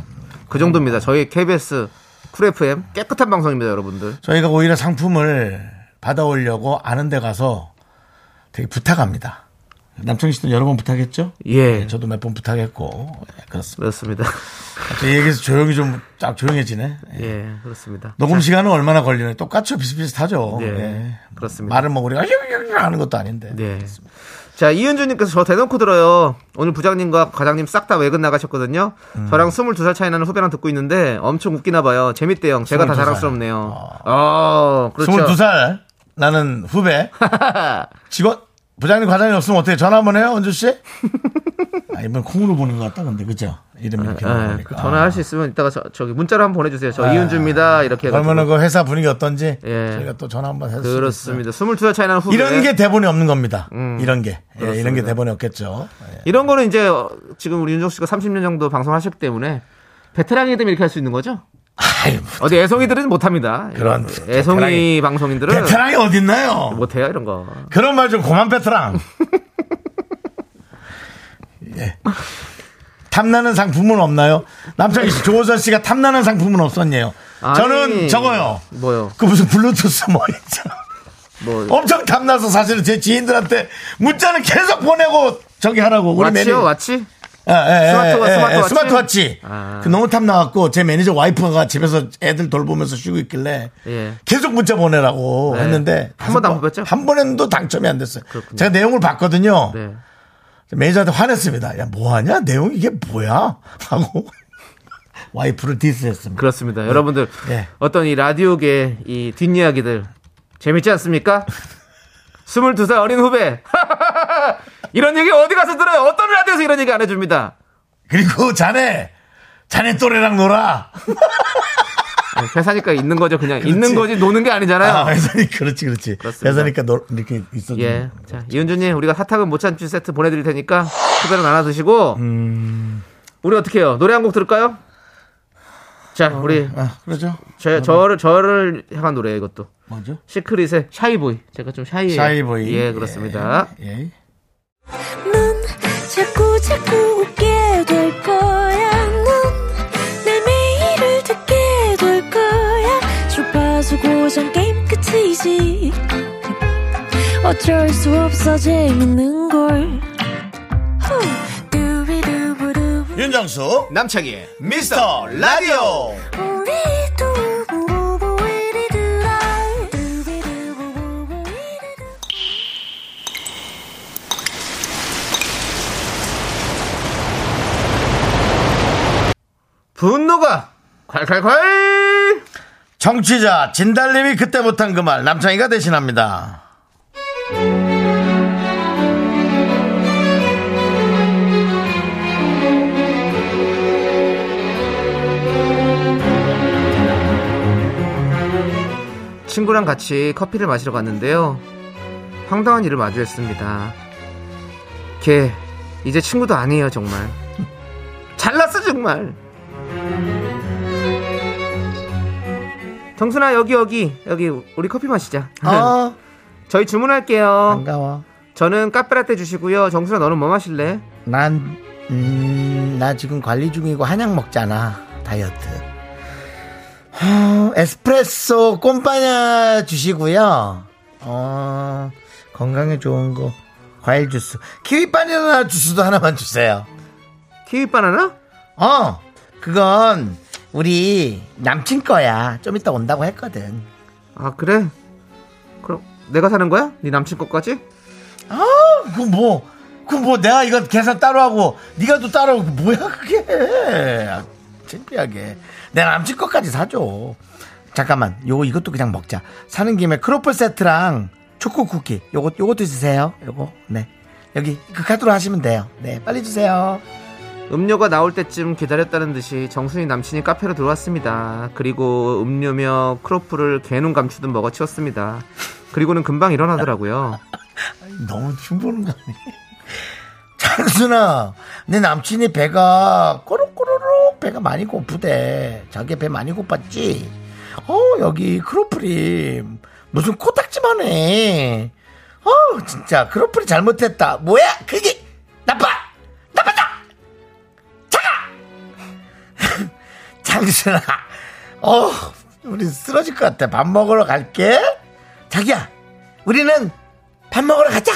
B: 그 정도입니다. 저희 KBS 쿨 FM 깨끗한 방송입니다, 여러분들.
A: 저희가 오히려 상품을 받아오려고 아는 데 가서 되게 부탁합니다. 남창희 씨도 여러 번 부탁했죠? 네,
B: 예.
A: 저도 몇 번 부탁했고 예, 그렇습니다.
B: 그렇습니다.
A: 저 얘기해서 조용히 좀 쫙 조용해지네. *laughs* 예.
B: 예, 그렇습니다.
A: 녹음 시간은 얼마나 걸리나요? 똑같죠. 비슷비슷하죠.
B: 예,
A: 예.
B: 그렇습니다.
A: 말은 뭐 우리가 하는 것도 아닌데.
B: 네. 자, 이은주님께서 저 대놓고 들어요. 오늘 부장님과 과장님 싹 다 외근 나가셨거든요.
A: 음.
B: 저랑 22살 차이 나는 후배랑 듣고 있는데 엄청 웃기나 봐요. 재밌대요. 제가
A: 22살.
B: 다
A: 아.
B: 자랑스럽네요. 어, 그렇죠.
A: 22살 나는
B: *laughs*
A: 후배 직원 부장님 과장님 없으면 어떻게 전화 한번 해요 은주 씨? *laughs* 아 이번 콩으로 보는 것 같다 근데 그죠? 이름 이렇게
B: 예,
A: 보니까. 아,
B: 전화할 수 있으면 이따가 저, 저기 문자로 한번 보내주세요. 저 이은주입니다. 이렇게 해가지고.
A: 그러면은 그 회사 분위기 어떤지
B: 예.
A: 저희가 또 전화 한번 해서
B: 그렇습니다. 예. 음. 22살 차이 나는 후배.
A: 이런 게 대본이 없는 겁니다. 이런 게 예, 이런 게 대본이 없겠죠. 예.
B: 이런 거는 이제 어, 지금 우리 윤종 씨가 30년 정도 방송하셨기 때문에 베테랑이기 때문에 이렇게 할 수 있는 거죠?
A: 아이 뭐,
B: 어디 애송이들은 못합니다.
A: 그런
B: 애송이
A: 베테랑이-
B: 방송인들은
A: 베테랑이 어딨나요?
B: 못해요 이런 거.
A: 그런 말 좀 고만 베테랑. 예. 탐나는 상품은 없나요? 남창희 씨, 조호선 씨가 탐나는 상품은 없었네요. 저는
B: 아니,
A: 저거요.
B: 뭐요?
A: 그 무슨 블루투스 뭐 있잖아.
B: 뭐-
A: 엄청 탐나서 사실은 제 지인들한테 문자는 계속 보내고 저기 하라고 우리
B: 왓치요,
A: 매니저
B: 왓치?
A: 아, 예,
B: 스마트워-
A: 예, 예,
B: 스마트워치? 아.
A: 스마트워치. 그 너무 탐나갖고 제 매니저 와이프가 집에서 애들 돌보면서 쉬고 있길래
B: 예.
A: 계속 문자 보내라고
B: 네.
A: 했는데
B: 한 번도
A: 다섯
B: 안
A: 번-
B: 뽑혔죠?
A: 한 번에도 당첨이 안 됐어요.
B: 그렇군요.
A: 제가 내용을 봤거든요.
B: 네.
A: 매니저한테 화냈습니다. 야, 뭐하냐? 내용 이게 뭐야? 하고 *laughs* 와이프를 디스했습니다.
B: 그렇습니다. 여러분들
A: 네.
B: 어떤 이 라디오계 이 뒷이야기들 재밌지
A: *laughs*
B: 않습니까? 22살 어린 후배 *laughs* 이런 얘기 어디 가서 들어요? 어떤 라디오에서 이런 얘기 안 해줍니다.
A: 그리고 자네, 자네 또래랑 놀아.
B: 아니, 네, 회사니까 있는 거죠. 그냥
A: 그렇지.
B: 있는 거지 노는 게 아니잖아요.
A: 아, 회사니까 그렇지, 그렇지.
B: 그렇습니다.
A: 회사니까 놀- 이렇게 있어.
B: 예. 자, 이은주님, 우리가 사탕은 모차주 세트 보내드릴 테니까 후배로 나눠 드시고.
A: 음.
B: 우리 어떻게 해요? 노래 한 곡 들을까요? 자, 우리,
A: 아, 그러죠.
B: 저, 저를, 저를 향한 노래, 이것도.
A: 뭐죠?
B: 시크릿의 샤이보이. 제가 좀 샤이예요.
A: 샤이보이.
B: 예, 그렇습니다.
A: 예. 예.
C: 넌 자꾸 자꾸 웃게 될 거야. 넌내 매일을 듣게 될 거야. 주파수 고정 게임 끝이지. 어쩔 수 없어 재밌는 걸. 후. 두비두부두.
A: 윤정수
B: 남창희의
A: 미스터 라디오
C: 우리 두부부부 우리 두라. 두비두부부부 우리 두라.
B: 분노가 콸콸콸!
A: 정취자 진달님이 그때 못한 그 말 남창희가 대신합니다
B: 친구랑 같이 커피를 마시러 갔는데요. 황당한 일을 마주했습니다. 걔, 이제 친구도 아니에요, 정말. 잘났어, 정말. 정순아, 여기, 여기, 여기, 우리 커피 마시자.
A: 아
B: *laughs* 저희 주문할게요.
A: 반가워
B: 저는 카페라떼 주시고요. 정순아, 너는 뭐 마실래?
A: 난 음, 나 지금 관리 중이고 한약 먹잖아 다이어트 하, 에스프레소 꼼빠냐 주시고요 어 건강에 좋은 거 과일 주스 키위 바나나 주스도 하나만 주세요
B: 키위 바나나?
A: 어, 그건 우리 남친 거야. 좀 이따 온다고 했거든.
B: 아, 그래? 그럼 내가 사는 거야? 네 남친 것까지?
A: 아, 그거 뭐, 그거 뭐 내가 이거 계산 따로 하고, 네가 또 따로 하고, 뭐야 그게? 아, 창피하게. 내 남친 거까지 사줘. 잠깐만, 요거 이것도 그냥 먹자. 사는 김에 크로플 세트랑 초코 쿠키, 요거 요것도 주세요. 요거 네. 여기 그 카드로 하시면 돼요. 네, 빨리 주세요.
B: 음료가 나올 때쯤 기다렸다는 듯이 정순이 남친이 카페로 들어왔습니다. 그리고 음료며 크로플을 개눈 감추듯 먹어치웠습니다. 그리고는 금방 일어나더라고요.
A: 너무 춤보는 거 아니에요? *laughs* 장순아, 내 남친이 배가 꼬르꼬르륵 배가 많이 고프대. 자기 배 많이 고팠지? 어, 여기 크로플이 무슨 코딱지만 해. 어, 진짜 크로플이 잘못했다. 뭐야? 그게 나빠! 나빠다! 자가! *laughs* 장순아, 어, 우리 쓰러질 것 같아. 밥 먹으러 갈게. 자기야, 우리는 밥 먹으러 가자.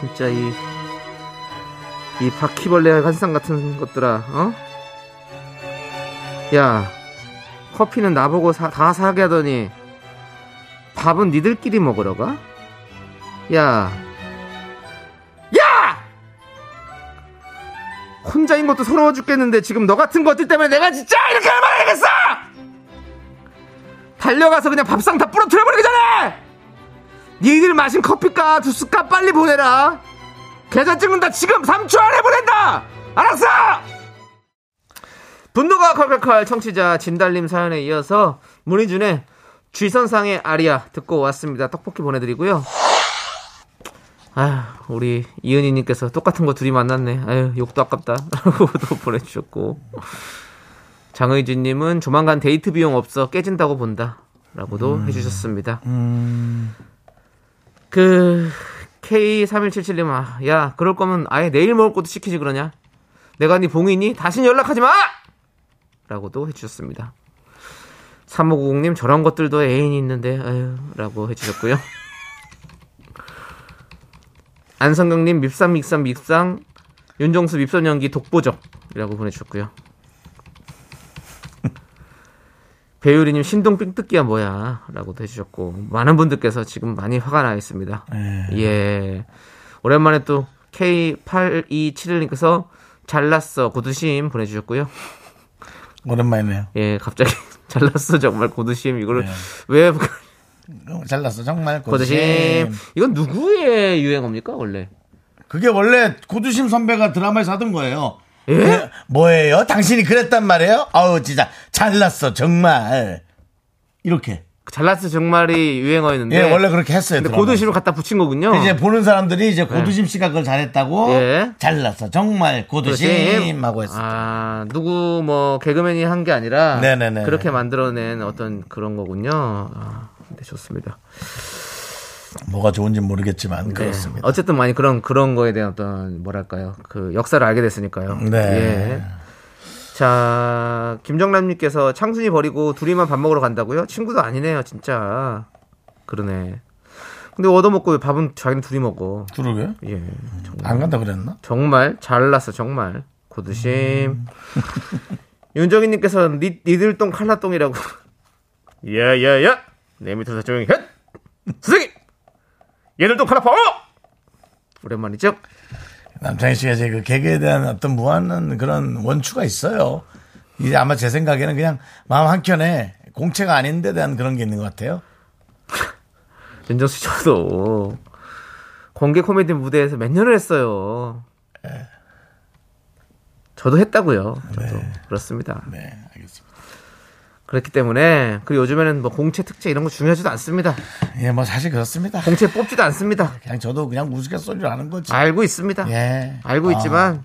B: 진짜 이, 이 바퀴벌레 환상 같은 것들아, 어? 야, 커피는 나보고 사- 다 사게 하더니 밥은 니들끼리 먹으러 가? 야, 야! 혼자인 것도 서러워 죽겠는데 지금 너 같은 것들 때문에 내가 진짜 이렇게 얼마나 되겠어! 달려가서 그냥 밥상 다 부러뜨려 버리기 전에! 니들 마신 커피값 주스값 빨리 보내라 계좌 찍는다 지금 3초 안에 보낸다 알았어 분노가 칼칼칼 청취자 진달님 사연에 이어서 문희준의 쥐선상의 아리아 듣고 왔습니다 떡볶이 보내드리고요 아휴 우리 이은희님께서 똑같은 거 둘이 만났네 아유 욕도 아깝다 *laughs* 라고도 보내주셨고 장의진님은 조만간 데이트 비용 없어 깨진다고 본다 라고도 해주셨습니다 그 K3177님 아, 야 그럴 거면 아예 내일 먹을 것도 시키지 그러냐 내가 네 봉이니 다신 연락하지 마! 라고도 해주셨습니다. 3590님 저런 것들도 애인이 있는데 아유 라고 해주셨고요. 안성경님 밉상 밉상 밉상 윤종수 밉선 연기 독보적이라고 보내주셨고요. 배유리님 신동 삥뜯기야 뭐야 라고도 해주셨고 많은 분들께서 지금 많이 화가 나 있습니다.
A: 네.
B: 예 오랜만에 또 K8271님께서 잘났어 고두심 보내주셨고요.
A: 오랜만이네요.
B: 예, 갑자기 *laughs* 잘났어 정말 고드심 이거를
A: 네.
B: 왜그
A: 잘났어 정말
B: 고드심 이건 누구의 유행어입니까 원래?
A: 그게 원래 고두심 선배가 드라마에서 하던 거예요.
B: 예?
A: 그, 뭐예요? 당신이 그랬단 말이에요? 아우 진짜 잘났어 정말 이렇게
B: 잘났어 정말이 유행어였는데
A: 예 원래 그렇게 했어요.
B: 네. 근데
A: 드라마에서.
B: 고드심을 갖다 붙인 거군요.
A: 이제 보는 사람들이 이제 고두심 씨가 그걸 잘했다고
B: 예.
A: 잘났어 정말
B: 고두심.
A: 고두심하고 했어. 요
B: 아 누구 뭐 개그맨이 한 게 아니라
A: 네네네.
B: 그렇게 만들어낸 어떤 그런 거군요. 아, 네 좋습니다. 아.
A: 뭐가 좋은지 모르겠지만
B: 네.
A: 그렇습니다.
B: 어쨌든 많이 그런 그런 거에 대한 어떤 뭐랄까요 그 역사를 알게 됐으니까요.
A: 네.
B: 예. 자 김정남님께서 창순이 버리고 둘이만 밥 먹으러 간다고요? 친구도 아니네요 진짜. 그러네. 근데 얻어먹고 왜 밥은 자기는 둘이 먹어.
A: 그러게
B: 예. 정말,
A: 안 간다 그랬나?
B: 정말 잘났어 정말 고드심. 윤정희님께서 니 니들똥 칼라똥이라고. *laughs* 야야야 내 밑에서 조용히 해. 선생님 얘들똥 칼라 파워. 오랜만이죠?
A: 남창희 씨가 이제 그 개그에 대한 어떤 무한한 그런 원추가 있어요. 이제 아마 제 생각에는 그냥 마음 한켠에 공채가 아닌데 대한 그런 게 있는 것 같아요.
B: 윤정수 씨도 공개 코미디 무대에서 몇 년을 했어요. 저도 했다고요. 저도 그렇습니다.
A: 네, 알겠습니다.
B: 그렇기 때문에 그리고 요즘에는 뭐 공채 특채 이런 거 중요하지도 않습니다.
A: 예, 뭐 사실 그렇습니다.
B: 공채 뽑지도 않습니다.
A: 그냥 저도 그냥 우스갯소리를 하는 거지.
B: 알고 있습니다.
A: 예.
B: 아, 알고
A: 아,
B: 있지만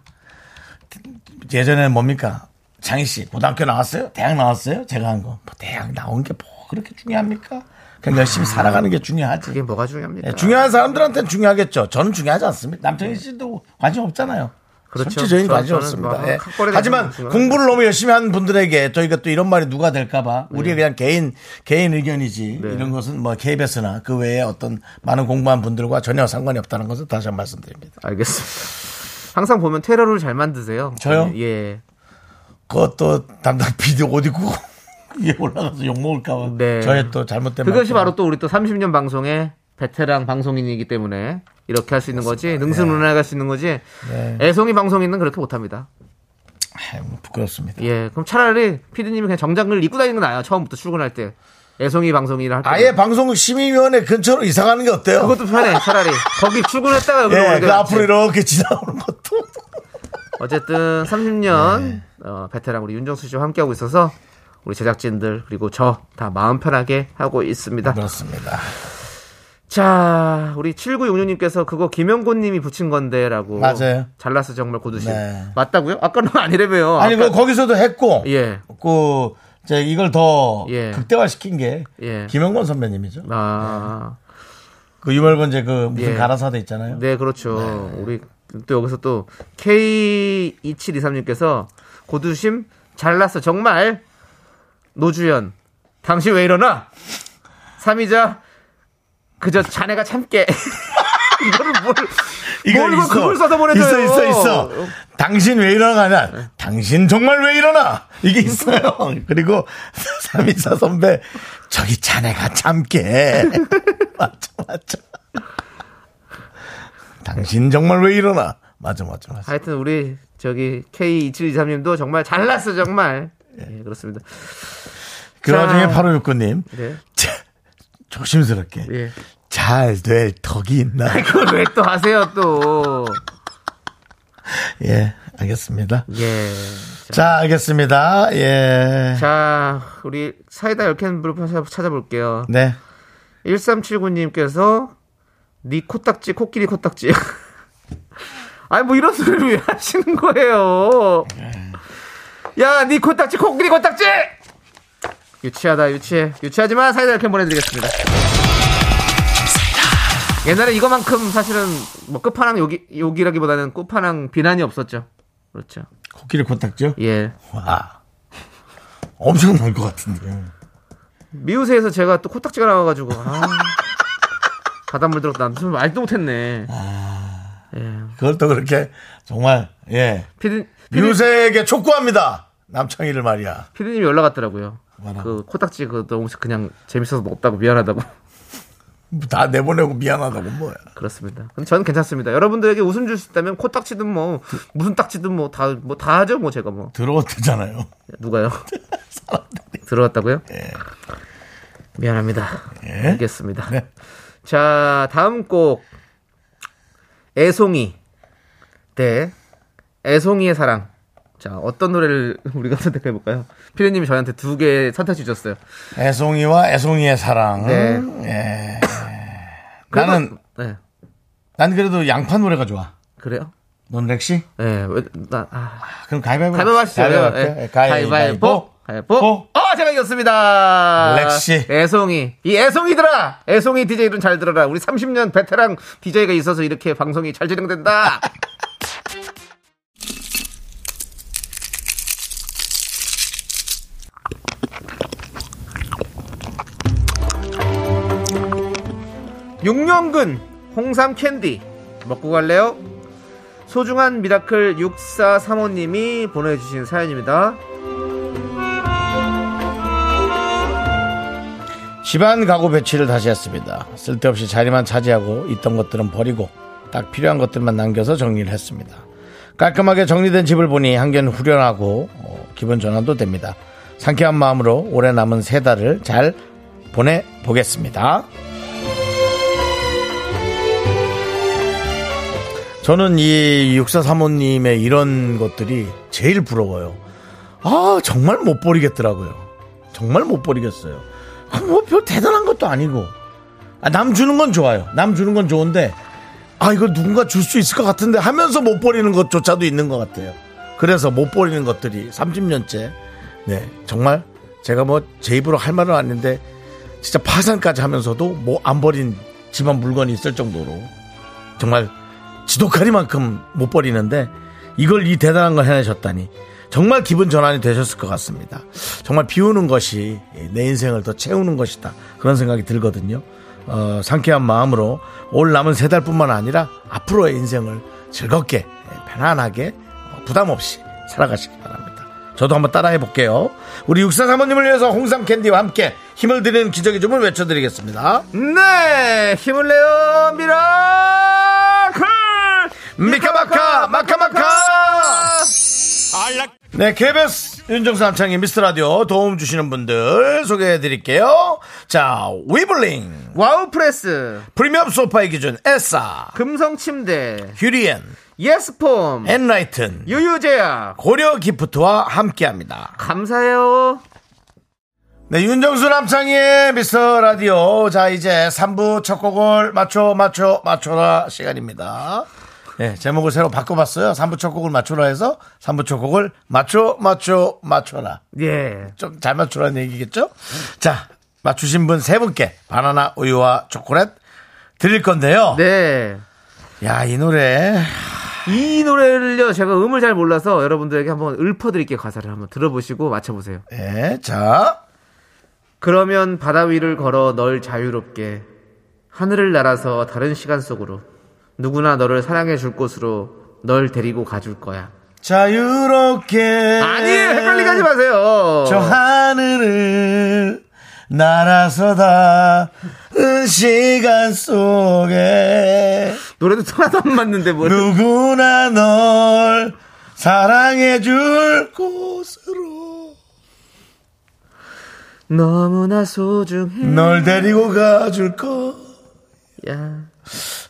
A: 예전에는 뭡니까? 장희 씨, 고등학교 나왔어요? 대학 나왔어요? 제가 한 거. 뭐 대학 나온 게 뭐 그렇게 중요합니까? 그냥 열심히 살아가는 게 중요하지.
B: 그게 뭐가 중요합니까?
A: 예, 중요한 사람들한테는 중요하겠죠. 저는 중요하지 않습니다. 남창희 씨도 관심 없잖아요.
B: 네. 그렇죠.
A: 솔직히 저희는
B: 저-
A: 관심
B: 저는
A: 없습니다.
B: 막
A: 예.
B: 학벌에
A: 하지만
B: 대해서는 중요한-
A: 공부를 너무 열심히 하는 분들에게 저희가 또 이런 말이 누가 될까봐
B: 네.
A: 우리의 그냥 개인 개인 의견이지 이런 것은 뭐 KBS나 그 외에 어떤 많은 공부한 분들과 전혀 상관이 없다는 것을 다시 한 번 말씀드립니다.
B: 알겠습니다. 항상 보면 테러를 잘 만드세요.
A: 저요?
B: 예.
A: 그것도 담당 비디오 옷 입고 *laughs* 위에 올라가서 욕 먹을까봐
B: 네.
A: 저의 또 잘못된
B: 그것이
A: 말씀.
B: 바로 또 우리 또 30년 방송의 베테랑 방송인이기 때문에 이렇게 할 수 있는 거지 능수능란할 수 있는 거지
A: 네.
B: 애송이 방송인은 그렇게 못합니다.
A: 아유, 뭐 부끄럽습니다.
B: 예, 그럼 차라리 피디님이 그냥 정장을 입고 다니는 거 나아요. 처음부터 출근할 때 애송이 방송인을 할 때.
A: 아예 방송 심의위원회 근처로 이사 가는 게 어때요?
B: 그것도 편해. 차라리 거기 출근했다가 여기로
A: 예,
B: 오는
A: 그
B: 게 낫지.
A: 앞으로 이렇게 지나오는 것도
B: 어쨌든 30년
A: 네.
B: 어, 베테랑 우리 윤정수 씨와 함께하고 있어서 우리 제작진들 그리고 저 다 마음 편하게 하고 있습니다.
A: 네. 그렇습니다.
B: 자, 우리 7966님께서 그거 김영곤님이 붙인 건데라고.
A: 맞아요.
B: 잘라서 정말 고두심.
A: 네.
B: 맞다고요? 아까는 *laughs* 아니래봬요.
A: 아니
B: 아까-
A: 그 거기서도 했고
B: 예.
A: 그 이제 이걸 더
B: 예.
A: 극대화시킨 게
B: 예.
A: 김영권 선배님이죠. 네.
B: 아,
A: 그 유월번제 그 무슨
B: 예.
A: 가라사대 있잖아요.
B: 네, 그렇죠. 우리 또 여기서 또 K2723님께서 고두심 잘났어 정말 노주현 당신 왜 이러나? 삼이자 그저 자네가 참게. *laughs* 이거를 뭘, 뭘 그걸 써서 보내줘요. 네.
A: 있어 있어 있어. 당신 왜 일어나냐? 당신 정말 왜 일어나? 이게 있어요. *laughs* 그리고 삼이사 선배 저기 자네가 참게. *laughs* 맞죠 맞죠. 당신 정말 왜 일어나? 맞아 맞아 맞아.
B: 하여튼 우리 저기 K2723님도 정말 잘났어 정말. 예, 그렇습니다.
A: 그 와중에
B: 자.
A: 8569님
B: 네.
A: 조심스럽게
B: 예. 아,
A: 잘 될 덕이 있나?
B: 그걸 왜 또 하세요 또.
A: 예, 알겠습니다.
B: 예.
A: 자, 알겠습니다. 예.
B: 자, 우리 사이다 열캔 물 찾아볼게요.
A: 네.
B: 1379님께서 니 코딱지 코끼리 코딱지 *laughs* 아니 뭐 이런 소리를 왜 하시는 거예요 야니 코딱지 코끼리 코딱지 유치하다 유치해 유치하지만 사이다 이렇게 보내드리겠습니다 옛날에 이거만큼 사실은 뭐 끝판왕 욕이, 욕이라기보다는 끝판왕 비난이 없었죠 그렇죠
A: 코끼리 코딱지요?
B: 예.
A: 와. 엄청 날 것 같은데.
B: 미우새에서 제가 또 코딱지가 나와가지고 아, 바닷물 들었다. 무슨 말도 못했네.
A: 그걸 또 그렇게 정말 예.
B: 피디
A: 유세에게 촉구합니다. 남창희를 말이야.
B: 피디님이 연락 왔더라고요.
A: 뭐라고?
B: 그 코딱지 그 너무 그냥 재밌어서 먹었다고 미안하다고 *laughs*
A: 뭐 다 내보내고 미안하다고 뭐야.
B: 그렇습니다. 근데 저는 괜찮습니다. 여러분들에게 웃음 줄 수 있다면 코딱지든 뭐 무슨 딱지든 뭐 다 뭐 다 하죠 뭐 제가 뭐
A: 들어왔대잖아요.
B: 누가요? *laughs* 들어왔다고요?
A: 예.
B: 미안합니다.
A: 예.
B: 알겠습니다.
A: 네.
B: 자, 다음 곡. 애송이. 네. 애송이의 사랑. 자, 어떤 노래를 *laughs* 우리가 선택해 볼까요? 피디님이 저희한테 두 개 선택해 주셨어요.
A: 애송이와 애송이의 사랑. 예. 나는
B: 네.
A: 난 그래도 양파 노래가 좋아.
B: 그래요?
A: 넌 렉시?
B: 예, 왜, 나, 아.
A: 아, 그럼 가위바위보.
B: 가위바위보 하시죠.
A: 가위바위보.
B: 예.
A: 가위바위보.
B: 가위바위보.
A: 보.
B: 어, 제가 이겼습니다.
A: 렉시.
B: 애송이. 이 애송이들아! 애송이 DJ들은 잘 들어라. 우리 30년 베테랑 DJ가 있어서 이렇게 방송이 잘 진행된다. *laughs* 육년근 홍삼 캔디 먹고 갈래요? 소중한 미라클 6435님이 보내주신 사연입니다.
A: 집안 가구 배치를 다시 했습니다. 쓸데없이 자리만 차지하고 있던 것들은 버리고 딱 필요한 것들만 남겨서 정리를 했습니다. 깔끔하게 정리된 집을 보니 한견 후련하고 어, 기분 전환도 됩니다. 상쾌한 마음으로 올해 남은 세 달을 잘 보내보겠습니다. 저는 이 육사 사모님의 이런 것들이 제일 부러워요. 아 정말 못 버리겠더라고요. 정말 못 버리겠어요. 아, 뭐별 대단한 것도 아니고 아, 남 주는 건 좋아요. 남 주는 건 좋은데 아 이거 누군가 줄 수 있을 것 같은데 하면서 못 버리는 것조차도 있는 것 같아요. 그래서 못 버리는 것들이 30년째 네 정말 제가 뭐 제 입으로 할 말은 아닌데 진짜 파산까지 하면서도 뭐 안 버린 집안 물건이 있을 정도로 정말 지독하리만큼 못 버리는데 이걸 이 대단한 걸 해내셨다니 정말 기분 전환이 되셨을 것 같습니다. 정말 비우는 것이 내 인생을 더 채우는 것이다 그런 생각이 들거든요. 어, 상쾌한 마음으로 올 남은 세 달뿐만 아니라 앞으로의 인생을 즐겁게 편안하게 어, 부담 없이 살아가시기 바랍니다. 저도 한번 따라해 볼게요. 우리 육사 사모님을 위해서 홍삼 캔디와 함께 힘을 드리는 기적의 주문 외쳐드리겠습니다.
B: 네! 힘을 내요, 미라클!
A: 미카마카 마카마카 네, KBS 윤정수 남창희 미스터라디오 도움 주시는 분들 소개해드릴게요. 자, 위블링,
B: 와우프레스,
A: 프리미엄 소파의 기준, 에싸,
B: 금성침대,
A: 휴리엔,
B: 예스폼,
A: 엔라이튼,
B: 유유제약,
A: 고려 기프트와 함께합니다.
B: 감사해요.
A: 네, 윤정수 남창희의 미스터라디오. 자, 이제 3부 첫 곡을 맞춰, 맞춰, 맞춰라 시간입니다. 네, 제목을 새로 바꿔봤어요. 3부 첫 곡을 맞춰라 해서 3부 첫 곡을 맞춰, 맞춰, 맞춰라.
B: 예.
A: 좀 잘 맞추라는 얘기겠죠? 자, 맞추신 분 세 분께 바나나 우유와 초콜릿 드릴 건데요.
B: 네.
A: 야, 이 노래.
B: 이 노래를요, 제가 음을 잘 몰라서 여러분들에게 한번 읊어드릴게요, 가사를 한번 들어보시고 맞춰보세요.
A: 예, 자.
B: 그러면 바다 위를 걸어 널 자유롭게 하늘을 날아서 다른 시간 속으로 누구나 너를 사랑해 줄 곳으로 널 데리고 가줄 거야.
A: 자유롭게.
B: 아니에요, 헷갈리게 하지 마세요.
A: 저 하늘을 날아서다. 그 시간 속에
B: 노래도 하나도 안 맞는데 뭐.
A: 누구나 널 사랑해 줄 곳으로
B: 너무나 소중해.
A: 널 데리고 가줄 것
B: 야.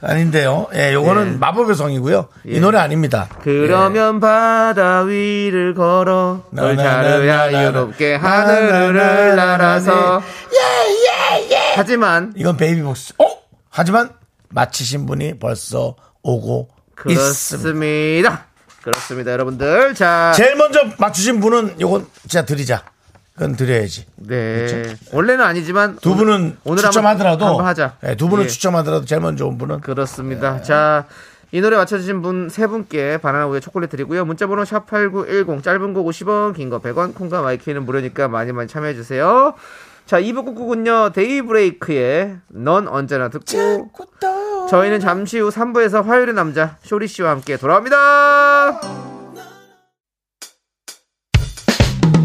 A: 아닌데요. 예, 요거는
B: 예.
A: 마법의 성이고요. 이
B: 예.
A: 노래 아닙니다. 예.
B: 그러면 바다 위를 걸어 널 자르야 여롭게 하늘을 날아서 하지만
A: 예, 이건 베이비복스. 어? 하지만 마치신 분이 벌써 오고 있습니다.
B: 그렇습니다. 그렇습니다, 여러분들. 자,
A: 제일 먼저 맞추신 분은 요건 진짜 드리자. 그건 드려야지.
B: 네. 원래는 아니지만
A: 두 분은
B: 오늘 한번-
A: 추첨하더라도
B: 한번 하자.
A: 예, 두 분은
B: 예.
A: 추첨하더라도 제일 먼저 온 분은
B: 그렇습니다. 자, 이 노래 맞춰주신 분 세 분께 바나나 우유 초콜릿 드리고요. 문자번호 샵8910 짧은 거 50원 긴 거 100원 콩과 마이키는 무료니까 많이 많이 참여해주세요. 자 2부 꾹꾹은요 데이브레이크의 넌 언제나 듣고 저희는 잠시 후 3부에서 화요일의 남자 쇼리 씨와 함께 돌아옵니다.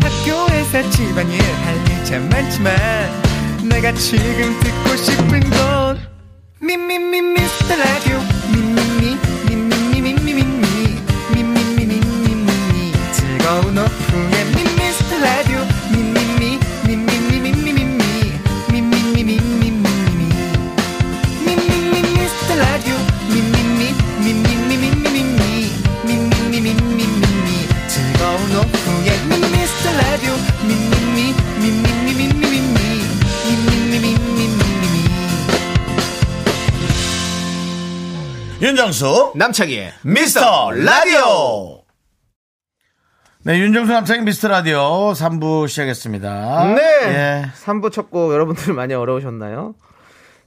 D: 학교에서 집안일 할 일 참 많지만 내가 지금 듣고 싶은 건 미미미 미스터 라디오 미미미 미미미 미미미 미미미 미미미 즐거운 오후에 미스터 라디오 미미미 미미미 미미미 미미미 미미미 미미미 미스터 라디오 미미미 미미미 미미미 미미미 미미미 즐거운 오후에 미스터 라디오 미미미 미미미 미미미 미미미 미미미
A: 윤정수
B: 남창희의
A: 미스터 라디오. 네, 윤정수 남창의 미스터 라디오 3부 시작했습니다.
B: 네.
A: 예.
B: 3부 첫 곡 여러분들 많이 어려우셨나요?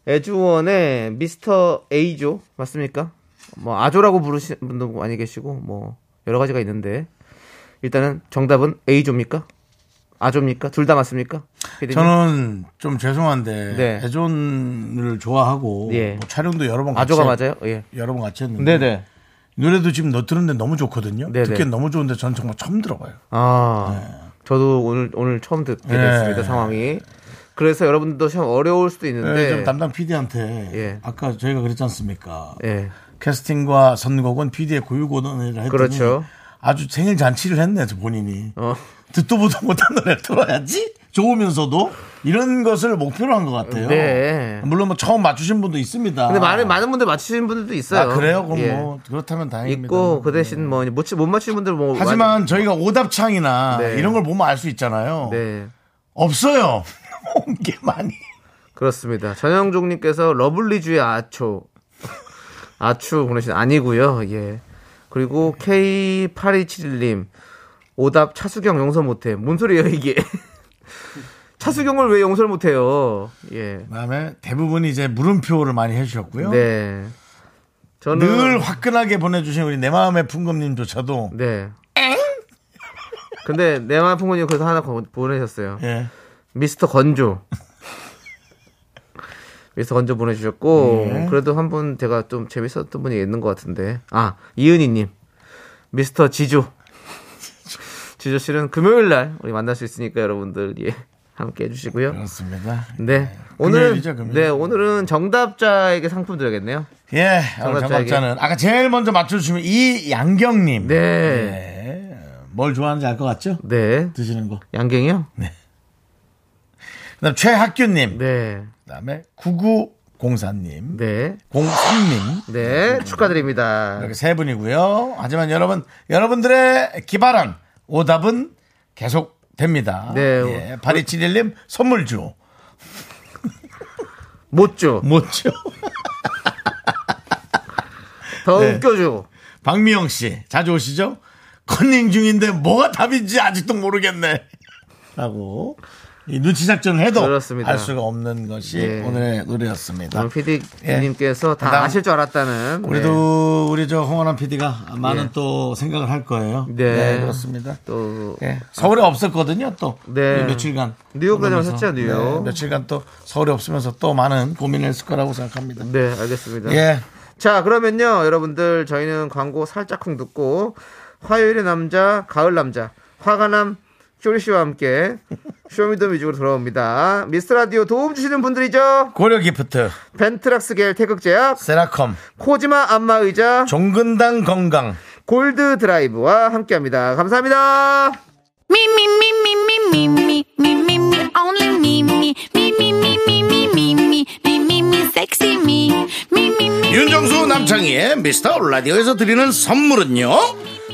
B: 애주원의 미스터 에이조 맞습니까? 뭐 아조라고 부르시는 분도 많이 계시고 뭐 여러 가지가 있는데 일단은 정답은 에이조입니까? 아조입니까? 둘 다 맞습니까? 피디님?
A: 저는 좀 죄송한데
B: 네.
A: 대존을 좋아하고
B: 예.
A: 뭐 촬영도 여러 번 같이
B: 아조가
A: 했-
B: 맞아요? 예.
A: 여러 번 같이 했는데 노래도 지금 너 들었는데 너무 좋거든요.
B: 네네.
A: 듣기엔 너무 좋은데 전 정말 처음 들어봐요.
B: 아, 저도 오늘 오늘 처음 듣게
A: 네.
B: 됐습니다 상황이. 그래서 여러분들도 참 어려울 수도
A: 네,
B: 있는데.
A: 좀 담당 PD한테
B: 예.
A: 아까 저희가 그랬지 않습니까?
B: 예.
A: 캐스팅과 선곡은 PD의 고유고론을 했더니
B: 그렇죠.
A: 아주 생일 잔치를 했네, 저 본인이.
B: 어.
A: 듣도 보도 못한 노래 들어야지 좋으면서도 이런 것을 목표로 한 것 같아요.
B: 네.
A: 물론 뭐 처음 맞추신 분도 있습니다.
B: 근데 많은 많은 분들 맞히신 분들도 있어요.
A: 아, 그래요? 그럼
B: 예.
A: 뭐 그렇다면 다행입니다. 네.
B: 있고 그 대신 뭐못 못 맞히는 분들 뭐
A: 하지만 저희가 오답창이나
B: 네.
A: 이런 걸 보면 알 수 있잖아요.
B: 네 *laughs*
A: 없어요. *laughs* 온 게 많이.
B: 그렇습니다. 전영종님께서 러블리즈의 아초 *laughs* 아추 보내신 아니고요. 예 그리고 K8271님 오답 차수경 용서 못해. 뭔 소리예요 이게? *laughs* 차수경을 왜 용서를 못해요? 예.
A: 그다음에 대부분 이제 물음표를 많이 해주셨고요.
B: 네. 저는
A: 늘 화끈하게 보내주신 우리 내 마음의 풍금님조차도
B: 네. 근데 내마 풍군님 그래서 하나 거- 보내셨어요.
A: 예. *laughs*
B: 미스터 건조. 미스터 건조 보내주셨고
A: 예.
B: 그래도 한 분 제가 좀 재밌었던 분이 있는 것 같은데 아 이은희님 미스터 지조
A: *laughs*
B: 지조 씨는 금요일 날 우리 만날 수 있으니까 여러분들 예 함께 해주시고요
A: 그렇습니다.
B: 네 오늘
A: 금요일이죠, 금요일.
B: 네 오늘은 정답자에게 상품 드려야겠네요
A: 예, 오늘
B: 정답자에게.
A: 정답자는 아까 제일 먼저 맞춰주시면 이 양경님.
B: 네
A: 네. 뭘 좋아하는지 알 것 같죠?
B: 네.
A: 드시는 거.
B: 양갱이요
A: 그다음 최학규님.
B: 네
A: 그다음에 9904님.
B: 네.
A: 03님.
B: 네, 축하드립니다.
A: 이렇게 세 분이고요. 하지만 여러분, 여러분들의 기발한 오답은 계속 됩니다.
B: 네.
A: 예, 8271님 선물 줘.
B: 못 줘.
A: 못 줘.
B: 더
A: 네.
B: 웃겨줘.
A: *laughs* 박미영 씨, 자주 오시죠? 컨닝 중인데 뭐가 답인지 아직도 모르겠네. *laughs* 라고. 이 눈치 작전을 해도
B: 그렇습니다.
A: 알 수가 없는 것이
B: 예.
A: 오늘의 노래였습니다.
B: 오늘 PD님께서 다
A: 그다음-
B: 아실 줄 알았다는.
A: 우리도 우리 저 홍원한 PD가 많은
B: 네. 예.
A: 또 생각을 할 거예요.
B: 네.
A: 그렇습니다.
B: 네, 또
A: 예. 서울에 없었거든요. 또
B: 네.
A: 며칠간
B: 뉴욕에
A: 그러면서.
B: 오셨죠, 뉴욕.
A: 네, 며칠간 또 서울에 없으면서 또 많은 고민을 했을 거라고 생각합니다.
B: 네, 알겠습니다.
A: 예.
B: 자, 그러면요, 여러분들 저희는 광고 살짝쿵 듣고 화요일의 남자, 가을 남자, 화가남 쇼리 씨와
A: *laughs*
B: 함께 쇼미더뮤직으로 돌아옵니다. 미스 라디오 도움 주시는 분들이죠.
A: 고려 기프트,
B: 벤트락스 겔 태극제약,
A: 세라컴,
B: 코지마 안마 의자,
A: 종근당 건강,
B: 골드 드라이브와 함께합니다. 감사합니다.
C: Me, me, me, me, me, me, me, me, me, me, only me, me, me, me, me, me, me, me, me, me, me, me, sexy me, me, me, me.
A: 윤정수 남창희의 미스터 라디오에서 드리는 선물은요.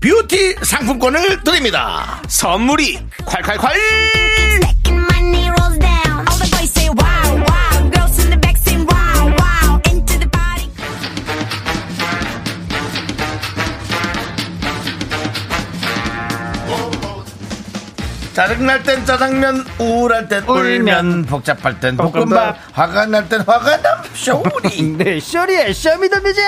A: 뷰티 상품권을 드립니다.
B: 선물이 콸콸콸
C: Second money rolls down. All the boys say wow, wow. Girls in the back say wow, wow. Into the party.
A: 짜증날 땐 짜장면, 우울할 땐 울면, 복잡할 땐 볶음밥, 화가 날 땐 화가 남 쇼리.
E: *laughs*
B: 네, 쇼리의 쇼미더뮤직.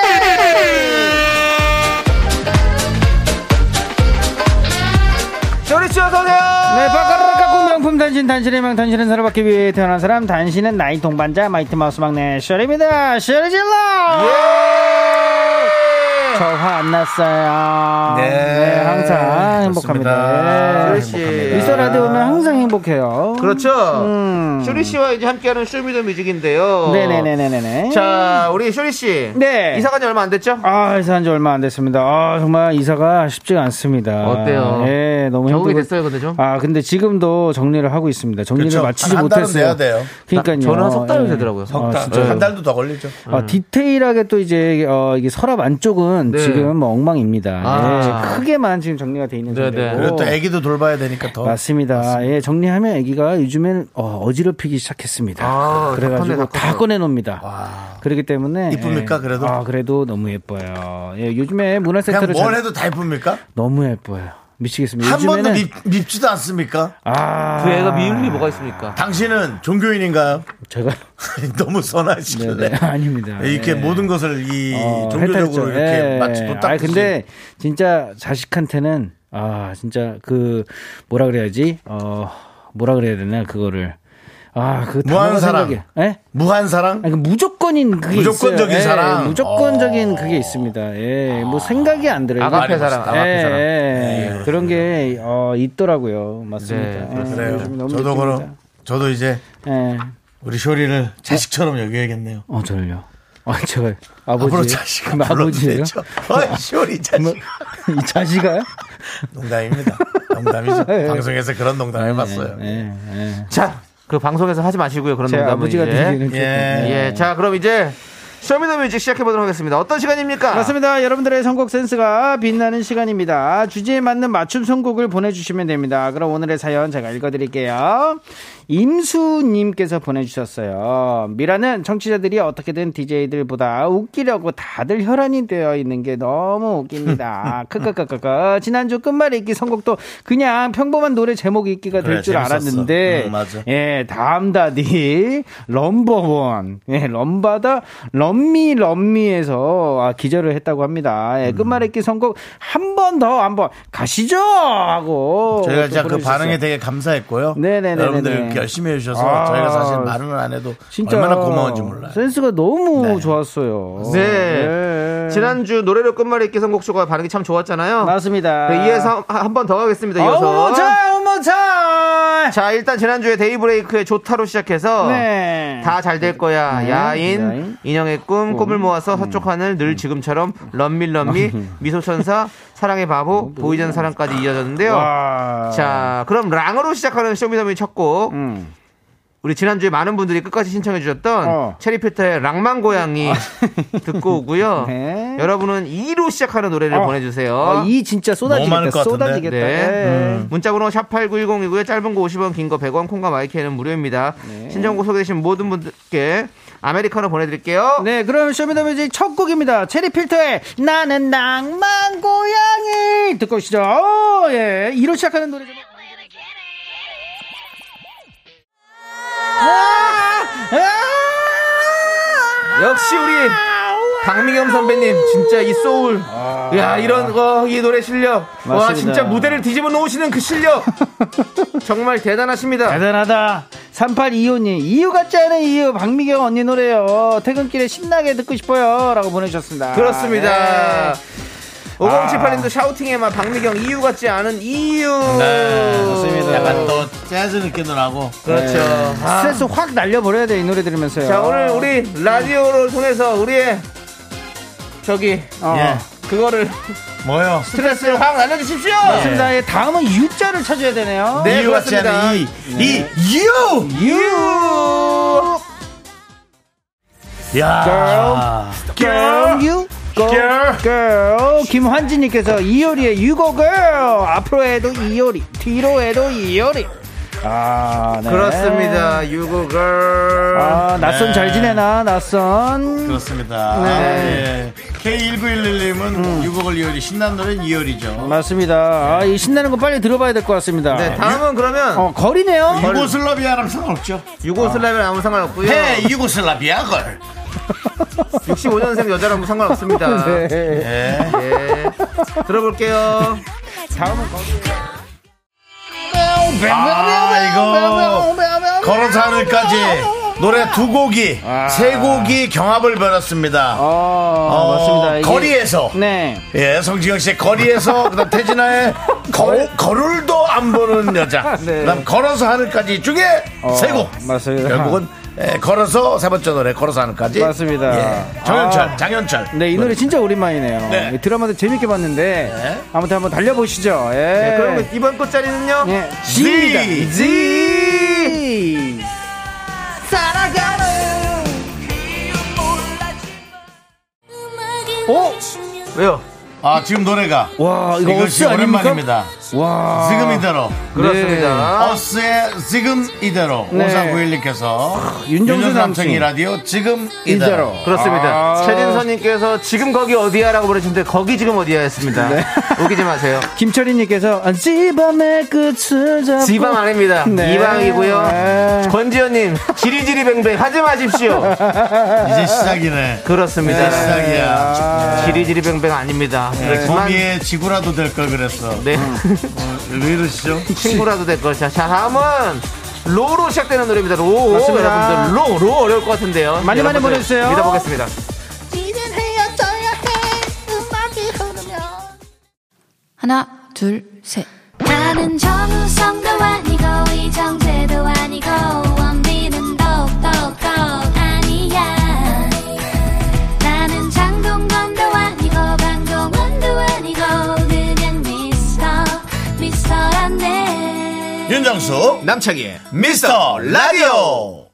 B: 쇼리 씨 어서 오세요.
E: 네, 바카를 깎고 명품 단신, 단신의 명, 단신은 서로 받기 위해 태어난 사람, 단신은 나이 동반자, 마이트 마우스 막내, 셔리입니다. 셔리질러! 저 화 안 났어요.
A: 네.
E: 항상
A: 좋습니다.
E: 행복합니다. 네.
B: 씨.
A: 행복합니다.
E: 미스터 라디오 오면 항상 행복해요.
B: 그렇죠.
E: 음.
B: 쇼리 씨와 이제 함께하는 쇼미더뮤직인데요.
E: 네네네네네.
B: 자, 우리 쇼리 씨.
E: 네.
B: 이사간 지 얼마 안 됐죠?
E: 아, 이사한 지 얼마 안 됐습니다. 아, 정말 이사가 쉽지가 않습니다.
B: 어때요?
E: 예, 너무
B: 적응이
E: 힘들고.
B: 됐어요, 근데 좀?
E: 아, 근데 지금도 정리를 하고 있습니다. 정리를
A: 그렇죠.
E: 마치지
A: 한한 달은
E: 못했어요.
A: 내야 돼요.
E: 그러니까요.
B: 저는 한석 달은
E: 예.
B: 되더라고요. 석
E: 아,
A: 딱
E: 진짜요?
A: 한 달도 음. 더 걸리죠.
E: 아, 디테일하게 또 이제 어, 이게 서랍 안쪽은
B: 네.
E: 지금 뭐 엉망입니다.
B: 아.
E: 예, 크게만 지금 정리가 돼 있는
B: 네,
E: 정도.
B: 네.
A: 그리고 또 애기도 돌봐야 되니까 더.
E: 맞습니다. 예, 정리하면 아기가 요즘엔 어, 어지럽히기 시작했습니다.
B: 아, 다
E: 그래가지고
B: 꺼내, 다
E: 다
B: 꺼내.
E: 꺼내놉니다. 그렇기 때문에
A: 이쁩니까,
E: 예.
A: 그래도?
E: 아, 그래도 너무 예뻐요. 예, 요즘에
A: 그냥
E: 문화센터를
A: 뭘
E: 잘-
A: 해도 다 예쁩니까?
E: 너무 예뻐요. 미치겠습니다.
A: 한 번도
E: 요즘에는
A: 밉, 밉지도 않습니까?
E: 아,
B: 그 애가 미울 일이 뭐가 있습니까?
A: 당신은 종교인인가요? *laughs*
E: 제가
A: 너무
E: 네,
A: 선하시길래.
E: 네, 아닙니다.
A: 이렇게
E: 예.
A: 모든 것을 이
E: 어,
A: 종교적으로
E: 헬타리죠.
A: 이렇게
E: 예.
A: 마치 도딱
E: 아니, 근데 진짜 자식한테는 아 진짜 그 뭐라 그래야지 어 뭐라 그래야 되나 그거를 아그
A: 무한 사랑.
E: 예?
A: 무한 사랑?
E: 아니, 그 무조건인 그게
A: 무조건적인
E: 있어요. 예,
A: 사랑.
E: 무조건적인
A: 어.
E: 그게 있습니다. 예, 뭐 생각이 안 들어요.
B: 아가페
E: 이거.
B: 사랑,
E: 예,
B: 아가페 사랑.
A: 네,
E: 예, 그런 게 어, 있더라고요. 맞습니다.
B: 네,
E: 예,
A: 그래요.
E: 요즘 너무
A: 저도
E: 예쁩니다.
A: 그럼 저도 이제
E: 예,
A: 우리 쇼리를 자식처럼 여겨야겠네요.
E: 어 저를요. 아 제가 아버지
A: *laughs* 앞으로 자식
E: 그럼 아버지예요.
A: 불러주세요. 어이, 쇼리 자식.
E: 뭐, 이 자식아요?
A: 농담입니다.
E: *laughs*
A: 농담이죠. 방송에서 그런 농담 해봤어요.
E: 예, 예.
B: 자, 그 방송에서 하지 마시고요. 그런
E: 제
B: 농담은
E: 네, 아버지가
B: 이제.
E: 드리는
A: 예.
E: 예.
B: 예, 자, 그럼 이제 쇼미더뮤직 시작해보도록 하겠습니다. 어떤 시간입니까?
E: 맞습니다. 여러분들의 선곡 센스가 빛나는 시간입니다. 주제에 맞는 맞춤 선곡을 보내주시면 됩니다. 그럼 오늘의 사연 제가 읽어드릴게요. 임수님께서 보내주셨어요. 미라는 청취자들이 어떻게든 DJ들보다 웃기려고 다들 혈안이 되어 있는 게 너무 웃깁니다.
A: *laughs*
E: 크크크크크. 지난주 끝말잇기 선곡도 그냥 평범한 노래 제목 읽기가 될
A: 그래,
E: 줄
A: 재밌었어.
E: 알았는데
A: 음, 맞아.
E: 예, 다음다디, 럼버원, 예, 럼바다, 럼미, 럼미에서 아, 기절을 했다고 합니다. 예,
A: 음.
E: 끝말잇기 선곡 한 번 더 한번 가시죠! 하고.
A: 저희가
E: 또
A: 진짜 그
E: 보내주셨어요.
A: 반응에 되게 감사했고요.
E: 네네네네네.
A: 여러분들이 이렇게 열심히 해주셔서
E: 아,
A: 저희가 사실 말은 안 해도 얼마나 고마운지 몰라요. 네.
E: 센스가 너무 좋았어요.
B: 네.
E: 예.
B: 지난주 노래로 끝말잇기 선곡쇼가 반응이 참 좋았잖아요.
A: 그
E: 맞습니다.
B: 네, 이어서 한 번 더 가겠습니다. 이어서.
E: 어머차, 어머차!
B: 자, 일단 지난주에 데이브레이크의 조타로 시작해서
E: 네.
B: 다 잘 될 거야.
E: 네.
B: 야인,
E: 야인. 음.
B: 인형의 꿈, 꿈을 모아서 서쪽 하늘 늘 지금처럼 런밀 런미, 미소천사, 사랑의 바보, 보이지 않는 사랑까지 이어졌는데요.
E: 음. 와.
B: 자, 그럼 랑으로 시작하는 쇼미더미 첫 곡.
E: 음.
B: 우리 지난주에 많은 분들이 끝까지 신청해 주셨던
E: 어. 아.
B: 체리필터의 랑만 고양이 *laughs* 듣고 오고요.
E: 네.
B: 여러분은 2로 시작하는 노래를
E: 어.
B: 보내주세요.
E: 어, 이 진짜
A: 많을
E: 쏟아지겠다.
A: 것 같은데? 음.
E: 쏟아지겠다.
B: 네.
E: 예.
B: 문자번호 샵8910이고요. 짧은 거 50원, 긴 거 100원, 콩과 마이크는 무료입니다.
E: 네.
B: 신청곡 소개되신 모든 분들께 아메리카노 보내드릴게요.
E: 네, 그럼 쇼미더뮤직 첫 곡입니다. 체리 필터의 나는 낭만 고양이 듣고 오시죠. 오, 예, 이로 시작하는 노래죠. 아! 네.
B: 역시 우리
E: 아,
B: 박미경 선배님 진짜 이 소울. 야 이런 거이 노래 실력. 와
E: 맞습니다.
B: 진짜 무대를 뒤집어 놓으시는 그
E: *laughs*
B: 실력. 정말 대단하십니다.
E: 대단하다. 3825님, 이유 같지 않은 이유, 박미경 언니 노래요. 퇴근길에 신나게 듣고 싶어요. 라고 보내주셨습니다.
B: 그렇습니다.
E: 네.
B: 5078님도 샤우팅에만 박미경 이유 같지 않은 이유.
A: 네,
E: 좋습니다.
A: 약간 또 재즈 느낌도 나고 예,
B: 그렇죠. 아.
E: 스트레스 확 날려버려야 돼, 이 노래 들으면서요.
B: 자 오늘 우리 라디오를 통해서 우리의 저기
E: 어.
A: 예.
B: 그거를
A: 뭐요?
B: 스트레스를 확 날려주십시오.
E: 좋습니다. 예, 다음은 U자를 찾아야 되네요.
B: 네,
A: 이유 같지
B: 그렇습니다.
A: 않은 이, 이, 유!
E: 유!
A: 야.
E: Girl, you go
A: Girl.
E: girl. 김환진님께서 이효리의 You go girl. 앞으로 해도 이효리, 뒤로 해도 이효리. 아, 네.
B: 그렇습니다. 유고걸.
E: 아, 낯선
A: 네.
E: 잘 지내나, 낯선.
A: 그렇습니다.
E: 네. 음.
A: 예. K1911님은 유곡을 이열이 신난 노래는 이열이죠.
E: 맞습니다. 아, 이 신나는 거 빨리 들어봐야 될 것 같습니다.
B: 네, 다음은 그러면
E: 어, 거리네요.
A: 유고슬라비아랑 네, 상관없죠.
B: 유고슬라비아랑 아무 상관없고요.
A: 해 유고슬라비아 걸.
B: 65년생 여자랑 아무 상관없습니다.
E: 네.
A: 예.
B: 예. 들어볼게요.
E: 다음은 거
A: 아 이거 걸어서 하늘까지 노래 두 곡이 세 곡이 경합을 벌였습니다.
E: 아,
A: 어,
E: 맞습니다. 이게-
A: 거리에서
E: 네.
A: 예 성지경 씨의 거리에서 그다음 태진아의 거, 거울도 안 보는 여자
E: *laughs* 네.
A: 그다음 걸어서 하늘까지 중에
E: 어,
A: 세곡
E: 맞습니다.
A: 결국은 예, 걸어서 세 번째 노래 걸어서 하늘까지
E: 맞습니다.
A: 예, 정현철
E: 아.
A: 장현철
E: 네, 이 노래 진짜 오랜만이네요.
A: 네.
E: 이 드라마도 재밌게 봤는데
A: 네.
E: 아무튼 한번 달려보시죠. 예.
B: 네, 그럼 이번 꽃자리는요.
E: 예,
A: Z입니다.
E: Z입니다. Z.
B: 오! 왜요?
A: 아 지금 노래가
E: 어? 와, 이거
A: 이것이
E: 어스 아닙니까? 아.
A: 오랜만입니다
E: 와.
A: 지금 이대로
B: 그렇습니다.
A: 어스의 지금 이대로
E: 네.
A: 5491님께서
E: 윤정수
A: 윤정수 남성이
E: 남친.
A: 라디오 지금 이대로,
E: 이대로.
B: 그렇습니다.
E: 아.
B: 최진선님께서 지금 거기 어디야라고 물으시는데 거기 지금 어디야 했습니다.
E: 네.
B: *laughs* 웃기지 마세요.
E: 김철희님께서 아, 지밤의 끝을 잡고
B: 지방 아닙니다.
E: 네.
B: 이방이고요.
E: 네.
B: 권지현님 지리지리뱅뱅 하지 마십시오.
A: 이제 시작이네
B: 그렇습니다.
A: 이제 시작이야 네,
B: 지리지리뱅뱅 아닙니다. 아,
E: 네.
B: 그렇지만
A: 거미에 지구라도 될 걸 그랬어
B: 네.
E: 음.
A: 왜 이러시죠?
B: *laughs* 친구라도 될 것이야. 자, 다음은 로로 시작되는 노래입니다. 로.
E: 맞습니다.
B: 여러분들 로, 로 어려울 것 같은데요.
E: 많이 많이
B: 여러분들
E: 보내주세요.
B: 믿어보겠습니다.
C: 하나, 둘, 셋. 나는 정우성도 아니고, 이정재도 아니고, 원빈은 더욱더 아니야. 나는 장동건도 아니고, 방종원도 아니고, 그냥 미스터, 미스터란데.
A: 예. 윤정수 남창희의 미스터 라디오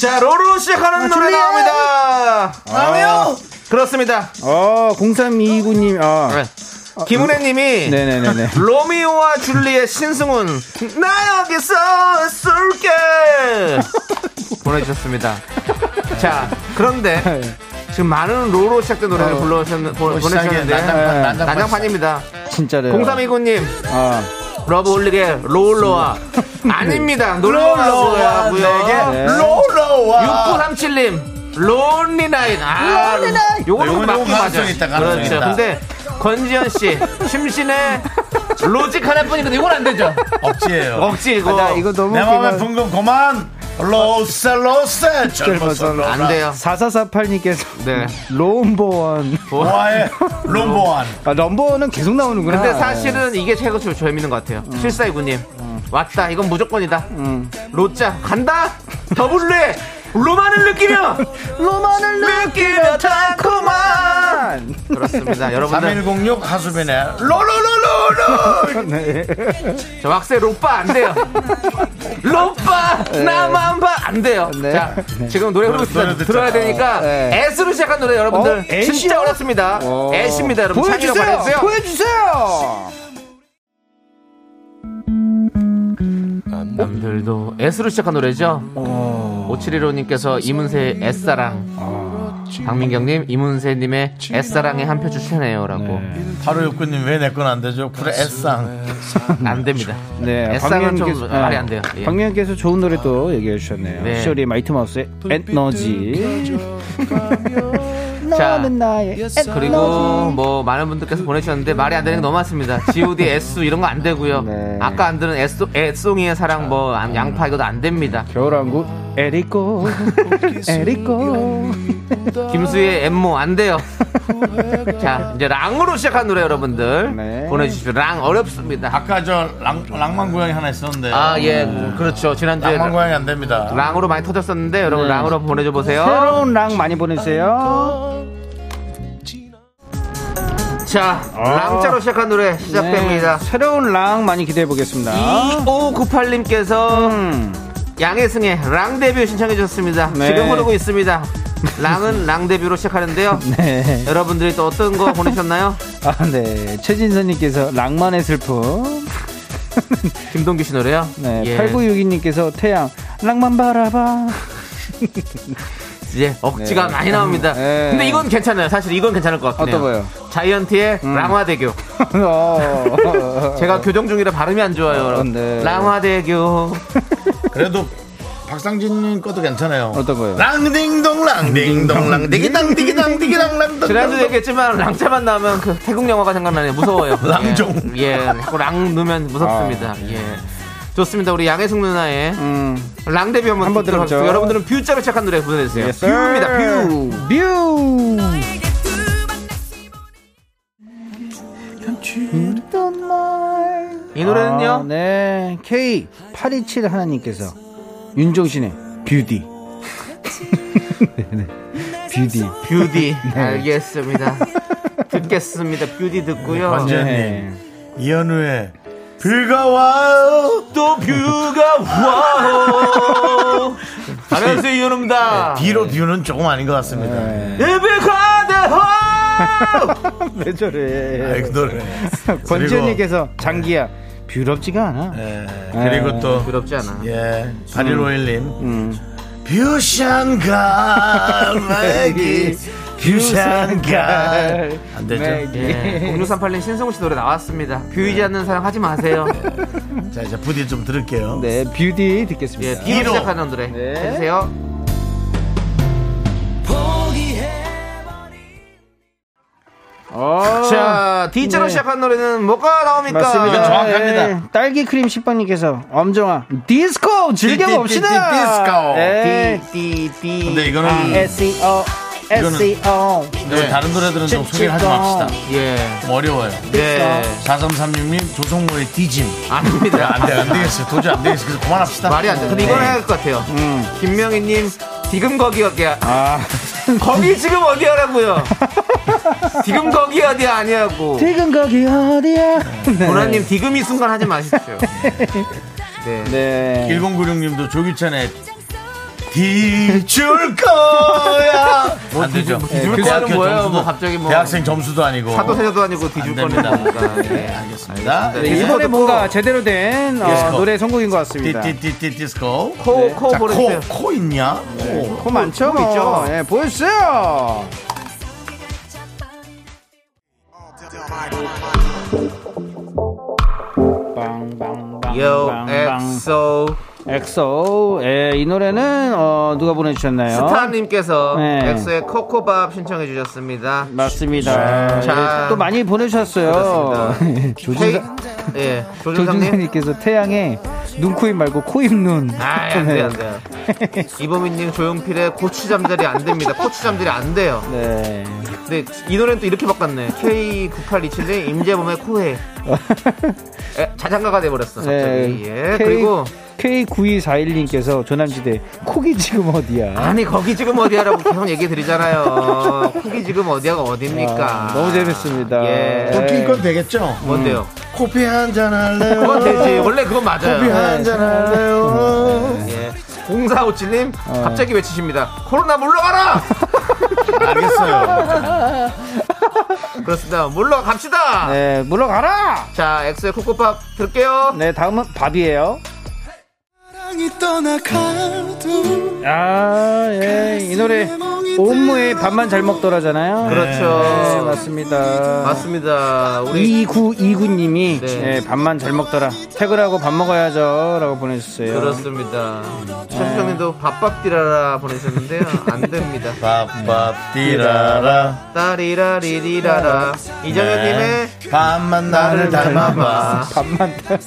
B: 자, 로로 시작하는 노래
E: 줄리엣!
B: 나옵니다. 아,
A: 라디오
B: 그렇습니다.
E: 어, 0329님. 아.
B: 김은혜 님이
E: 네, 네,
B: *laughs*
E: 네, 네.
B: 로미오와 줄리엣 신승훈 나 여기서
A: *laughs*
B: 쏠게 보내주셨습니다. 자 그런데 지금 많은 로로 시작된 노래를
E: 어,
B: 불러주셨는 보-
A: 시작이야.
B: 보내주셨는데
A: 난장판,
E: 네.
A: 난장판. 네.
B: 난장판입니다.
E: 진짜래요.
B: 0329님
E: 아.
B: 러브홀릭의
A: *laughs*
B: 로울러와 아닙니다.
A: 롤러와
B: 놀러와
A: 네. 내게
E: 네.
A: 롤러와
B: 6937님 론리나잇 아,
E: 론리나잇.
B: 요거는
A: 요거는
B: 맞긴
A: 요거
B: 맞아
A: 가능성이 있다, 가능성이
B: 그렇죠
A: 있다.
B: 근데 권지현씨 *laughs* 심신의 로직 하나뿐이거든 이건
A: *laughs*
B: 안되죠
A: 억지예요
B: 억지 이거
E: 나 이거 너무
A: 내 마음의
E: 웃기다.
A: 분금 그만 로세 로세 젊어서
E: 젊어서
A: 안
B: 안돼요
E: 4448님께서
B: 네. 뭐?
E: 롬보원.
A: 보아의 롬보안
E: 아, 럼보원은 계속 나오는구나.
A: 아,
B: 근데 사실은
A: 네.
B: 이게 최고 좀 재밌는 것 같아요 7429님 왔다 이건 무조건이다
A: 음.
B: 로짜 간다 더블레 로만을 느끼며 *laughs* 로만을 느끼며 달콤한
E: 네.
B: 그렇습니다 여러분들
A: 3106 하수빈의 롤롤롤롤롤
B: 저 왁스의 로빠 안
E: *laughs*
B: 돼요. 로빠 나만 봐 안 돼요.
E: 네.
B: 자 지금 노래 흐르고
A: 노래
B: 있어요.
A: 듣자.
B: 들어야 되니까 S로 시작한 노래 여러분들
E: 어,
B: 진짜
E: S요?
B: 어렵습니다.
E: 어.
B: S입니다 여러분. 참여를 보내주세요.
E: 보여주세요. 보여주세요.
B: 남들도 S로 시작한 노래죠.
E: 어.
B: 오칠일호님께서 이문세의 S사랑,
E: 아.
B: 박민경님 이문세님의 S사랑에 한 표 추천해요라고
E: 네.
A: 하루 육군님 왜 내 건 안 되죠? 그래 애쌍
B: 안
E: *laughs*
B: 됩니다.
E: 네,
B: S랑은 좀
E: 박명현께서-
B: 말이 안 돼요. 예.
E: 박명현께서 좋은 노래 또 얘기해 주셨네요.
B: 네.
E: 시오리 마이트 마우스의
B: *laughs*
E: 에너지.
B: 자,
E: 너는 나의
B: 그리고 뭐 많은 분들께서 보내주셨는데 말이 안 되는 게 너무 많습니다. G.O.D, S 이런 거 안 되고요.
E: *laughs* 네.
B: 아까 안 들은 S 애송이의 사랑 뭐 안- 양파 이것도 안 됩니다.
E: 겨울왕국 에리코 에리코
B: 김수희의 엠모 안 돼요. *laughs* 자, 이제 랑으로 시작한 노래 여러분들
E: 네.
B: 보내주십시오. 랑 어렵습니다.
A: 아까 저 랑, 랑만 고양이 하나 있었는데
B: 아, 예, 그렇죠. 지난주에
A: 낭만 고양이 안 됩니다.
B: 랑으로 많이 터졌었는데 여러분
E: 네.
B: 랑으로 보내줘 보세요.
E: 새로운 랑 많이
B: 아,
E: 보내주세요.
B: 자, 랑자로 시작한 노래
E: 네.
B: 시작됩니다. 아.
E: 새로운 랑 많이 기대해 보겠습니다.
B: 2598님께서
E: 음.
B: 양혜승의 랑데뷔 신청해 주셨습니다.
E: 네.
B: 지금 흐르고 *laughs* 있습니다. 랑은 랑데뷔로 *laughs* 시작하는데요.
E: 네.
B: 여러분들이 또 어떤 거 보내셨나요?
E: 아, 네. 최진선님께서 낭만의 슬픔.
B: *laughs* 김동규 씨 노래요?
E: 네.
B: 예.
E: 8962님께서 태양. 낭만 바라봐. *laughs*
B: 예, 억지가
E: 네.
B: 많이 나옵니다.
E: 네.
B: 근데 이건 괜찮아요. 사실 이건 괜찮을 것 같긴 해요. 음.
E: 어떤 거요?
B: 자이언티의 랑화대교.
E: 어.
B: 제가 교정 중이라 발음이 안 좋아요. 여러분.
E: 네.
B: 랑화대교.
A: 그래도 박상진님 것도 괜찮아요.
E: 어떤 거요?
A: 랑딩동 랑딩동 랑디기당 디기당 디기당 랑동.
B: 지난주도 얘기했지만 랑자만 나오면 그 태국 영화가 생각나네요.
E: *laughs*
B: 무서워요.
A: 랑종.
B: 예, 예, 자꾸 랑 넣으면 무섭습니다. 예. 좋습니다. 우리 양혜숙 누나의
E: 아, 음.
B: 랑 데뷔 한번,
E: 한번
B: 듣도록
E: 들어보죠.
B: 하겠습니다. 여러분들은 뷰자로 시작한 노래 보내주세요.
E: Yes, sir.
B: 뷰입니다. 뷰.
E: 뷰.
B: 이 노래는요.
E: 아, 네. K827 하나님께서 윤종신의 뷰티. *laughs* 네네. 뷰티.
B: 뷰디.
E: *laughs* 네.
B: 알겠습니다. 듣겠습니다. 뷰디 듣고요.
A: 관제님
E: 네.
A: 이현우의 비가 와요.
B: 또 뷰가 와오. 안녕하세요 아, 이현우입니다.
A: 비로 비우는 조금 아닌 것 같습니다.
B: 네.
E: 네. *laughs*
B: 예비가대호.
E: 왜 저래.
A: 아이 그 노래.
E: 권지현님께서 장기야. 뷰럽지가 않아.
A: 예, 그리고 또
B: 부럽지 않아.
A: 예,
B: 음.
A: 8151님. 뷰샨
B: *laughs*
A: 갈매기 뷰샨 갈. 안 되죠?
E: 네,
B: 예. 0638님 신성우 씨 노래 나왔습니다. 뷰이지 않는 사랑 하지 마세요.
A: 자, 이제 부디 좀 들을게요.
E: 네, 뷰티
B: 예,
E: 듣겠습니다.
B: 비로
A: 비로.
B: 시작하는 노래
E: 네.
B: 해주세요.
E: 어.
B: 자, 아, D자로
E: 네.
B: 시작한 노래는 뭐가 나옵니까? 아,
E: 맞습니다.
A: 정확합니다.
E: 예, 딸기 크림 식빵님께서 엄정아 디스코 즐겨봅시다.
A: 디, 디, 디, 디스코.
E: 예.
B: D D D.
A: 근데 이거는
E: 아, SEO E SEO
A: 네. 다른 노래들은 좀 소개를 하지 맙시다.
B: 예.
A: 좀 어려워요.
B: 네.
A: 4336님 조성모의 디짐.
B: 아닙니다.
A: 안 돼, 안 되겠어요. 도저히 안 되겠어요. 그래서 그만합시다.
B: 말이 안 돼. 근데 이건 해야 할 것 같아요.
E: 음.
B: 김명희님, 지금 거기 어디야?
E: 아.
B: 거기 지금 어디야라고요? 지금 거기 어디야 아니라고.
E: 지금 거기 어디야? 네.
B: 보라님, 지금 이 순간 하지 마십시오. 네.
E: 네.
A: 1096님도 조기찬의 뒤줄 거야. 안 되죠.
B: 뒤- 뒤줄
A: 예,
B: 거야는
A: 대학교
B: 네, 뭐예요?
A: 점수도-
B: 뭐 갑자기 뭐-
A: 대학생 점수도 아니고.
B: 사도세자도 아니고
A: 안
B: 뒤줄
A: 됩니다.
B: 거니까.
A: 네, 알겠습니다.
B: 알겠습니다.
E: 네, 이번에
B: 디스코
E: 뭔가
B: 듣고.
E: 제대로 된 어,
A: 디스코.
E: 노래 선곡인 것 같습니다.
A: 띠띠띠띠 디스코. 네.
B: 코, 코
A: 자, 코,
B: 보내주세요. 네.
A: 코 있냐? 코.
E: 코 많죠?
B: 코 있죠?
E: 예, 보여주세요. 빵빵빵.
B: 네. 요, 엑소.
E: 엑소. 예, 이 노래는 어, 누가 보내주셨나요?
B: 스타님께서
E: 네.
B: 엑소의 코코밥 신청해 주셨습니다.
E: 맞습니다.
B: 네. 자.
E: 예, 또 많이 보내주셨어요.
B: 그렇습니다.
E: *laughs* 조진사,
B: 헤이- 예, 조준상님.
E: 조준사님께서 태양에 눈코입 말고 코입 눈.
B: 아, 안 돼요, 안 돼요. 이보민님 조용필의 고추 잠자리 안 됩니다. 고추 잠자리 안 돼요.
E: 네.
B: 근데 이 노래는 또 이렇게 바꿨네. K9827의 임재범의 코해. 에, 자장가가 돼버렸어. 갑자기. 예.
E: 네. K,
B: 그리고
E: K9241님께서 조남지대 코기 지금 어디야?
B: 아니 거기 지금 어디야라고 계속 얘기 드리잖아요. 거기 지금 어디야가 어딥니까?
E: 아, 너무 재밌습니다. 음.
B: 예.
A: 웃긴 건 되겠죠?
B: 뭔데요?
A: 커피 한잔 할래요.
B: 그건 되지. 원래 그건
A: 커피
B: 맞아요.
A: 한잔 할래요.
B: 예. 0457님
E: 어.
B: 갑자기 외치십니다. 코로나 물러가라. *laughs*
A: 알겠어요.
B: 그렇습니다. 물러갑시다.
E: 네, 물러가라!
B: 자, 엑소의 코코팝 들을게요.
E: 네, 다음은 밥이에요. 아, 예. 이 노래 온무에 밥만 잘 먹더라잖아요. 네,
B: 그렇죠.
E: 맞습니다.
B: 맞습니다. 우리
E: 2929님이 예,
B: 네.
E: 밥만 잘 먹더라. 퇴근하고 밥 먹어야죠. 라고 보내주세요.
B: 그렇습니다. 최수정님도 밥밥디라라 보내셨는데요. 안 됩니다.
A: 밥밥 띠라라.
B: 따리라리리라라. 네.
E: 네.
B: 이정현님의
A: 밤만 네. 나를 닮아봐.
E: 밥만. 다-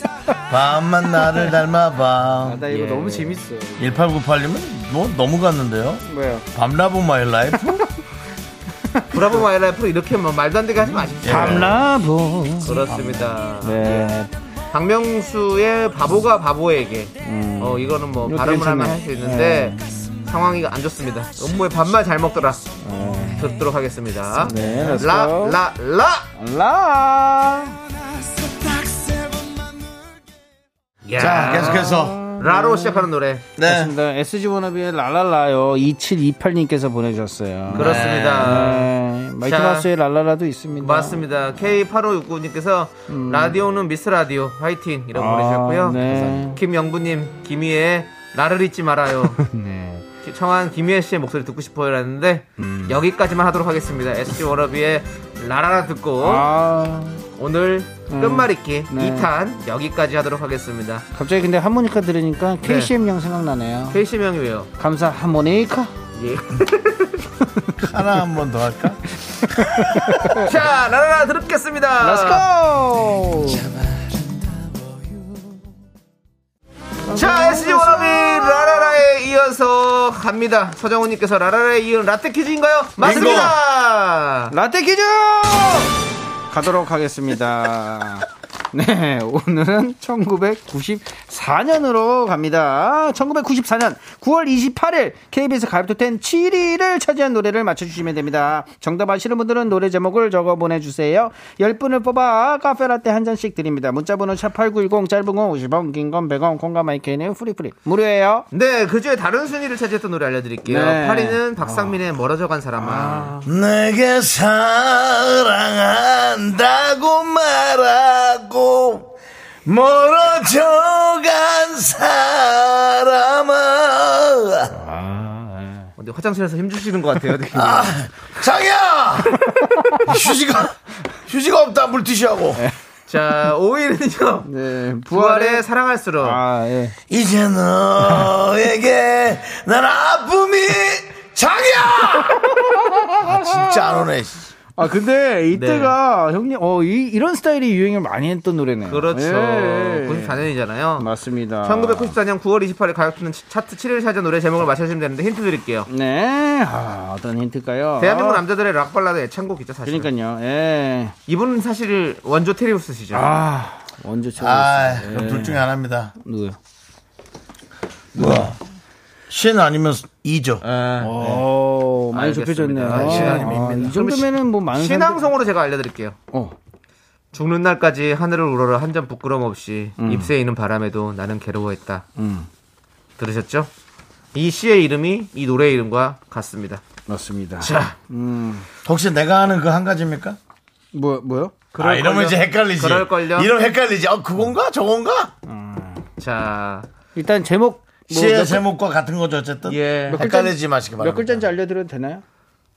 A: 밤만 나를 닮아봐.
E: 나
B: 예.
E: 이거 너무 재밌어.
A: 1898님은 뭐 너무 갔는데요.
E: 뭐야?
A: 밤라보 마이 라이프?
B: 브라보 마이라이프로 이렇게 뭐 말도 안 되게 하지 마십시오.
E: 밤나보.
B: 그렇습니다.
E: 네.
B: 박명수의 바보가 바보에게. 어, 이거는 뭐
E: 음. 이것도
B: 발음을 하면
E: 괜찮네.
B: 할 수 있는데 상황이 안 좋습니다. 업무에 밥만 잘 먹더라. 듣도록 하겠습니다.
E: 네, let's
B: 라,
E: go.
B: 라, 라!
E: 라.
A: 자, 계속해서
B: 라로 시작하는 노래.
A: 네.
E: 맞습니다. SG 워너비의 랄랄라요. 2728님께서 보내주셨어요.
B: 그렇습니다. 자.
E: 네, 마이크마스의 랄랄라도 있습니다.
B: 맞습니다. K8569님께서 라디오는 미스 라디오 화이팅 이런 거
E: 음. 아,
B: 보내셨고요.
E: 네.
B: 김영부님 김희애 나를 잊지 말아요.
E: *laughs* 네.
B: 청한 김희애 씨의 목소리 듣고 싶어요라는데
E: 음.
B: 여기까지만 하도록 하겠습니다. SG 워너비의 라라라 듣고
E: 아,
B: 오늘 끝말잇기
E: 네. 음.
B: 2탄 여기까지 하도록 하겠습니다.
E: 갑자기 근데 하모니카 들으니까 KCM 형 생각나네요.
B: K 씨명이 왜요?
E: 감사 하모니카.
B: 예.
A: 하나 한 번 더 할까?
B: 자 라라라 들었겠습니다.
E: 고!
B: 자, SG 워너비 라라라에 이어서 갑니다. 서정훈님께서 라라라에 이은 라떼 퀴즈인가요? 맞습니다.
E: 라떼 퀴즈! 가도록 하겠습니다. *laughs* 네, 오늘은 1994년으로 갑니다. 1994년 9월 28일 KBS 가입도 텐 7위를 차지한 노래를 맞춰주시면 됩니다. 정답 아시는 분들은 노래 제목을 적어 보내주세요. 10분을 뽑아 카페라떼 한 잔씩 드립니다. 문자번호 샵8910 짧은 건 50원, 긴 건 100원, 콩과 마이크는 프리프리. 무료예요.
B: 네, 그 중에 다른 순위를 차지했던 노래 알려드릴게요.
E: 네.
B: 8위는 박상민의 멀어져간 사람아.
A: 내게 사랑한다고 말하고 멀어져간 사람아
B: 근데 화장실에서 힘주시는 것 같아요. 느낌이.
A: 아, 장이야 휴지가 휴지가 없다 물티슈하고
B: 자, 5위는요.
E: 네,
B: 부활의 사랑할수록.
E: 아, 예.
A: 이제 너에게 난 아픔이 장이야 아 진짜 안 오네 씨.
E: 아 근데 이때가 형님 어 이, 런 스타일이 유행을 많이 했던 노래네요.
B: 네. 그렇죠.
E: 예.
B: 94년이잖아요.
E: 맞습니다.
B: 1994년 9월 28일 가요투는 차트 7위를 차지한 노래 제목을 맞춰주시면 되는데 힌트 드릴게요.
E: 네. 아, 어떤 힌트일까요?
B: 대한민국 남자들의 락발라드 애창곡이죠, 사실. 은
E: 아. 그러니까요. 예.
B: 이분은 사실 원조 테리우스시죠.
E: 아 언제 최고?
A: 아 그럼 둘 중에 하나입니다
E: 누구요?
A: 누가 신 아니면 이죠
E: 오 어, 많이
B: 알겠습니다.
E: 좁혀졌네요.
B: 아,
A: 신앙입니다.
E: 이 정도면은 뭐 많은 사람들-
B: 신앙송으로 제가 알려드릴게요.
E: 어.
B: 죽는 날까지 하늘을 우러러 한 점 부끄럼 없이
E: 음.
B: 입새에 있는 바람에도 나는 괴로워했다. 들으셨죠? 이 시의 이름이 이 노래의 이름과 같습니다.
E: 맞습니다.
B: 자,
A: 혹시 내가 하는 그 한 가지입니까?
E: 뭐 뭐요?
A: 아, 이러면 이제 헷갈리지.
B: 그럴걸요.
A: 이러면 헷갈리지. 어,
E: 뭐,
A: 그건가? 저건가?
B: 자,
E: 일단 제목 뭐
A: 시의
E: 몇 글-
A: 제목과 같은 거죠, 어쨌든.
B: 예.
E: 몇 글자-
A: 헷갈리지 마시기
E: 몇
A: 바랍니다.
E: 글자인지 알려드려도 되나요?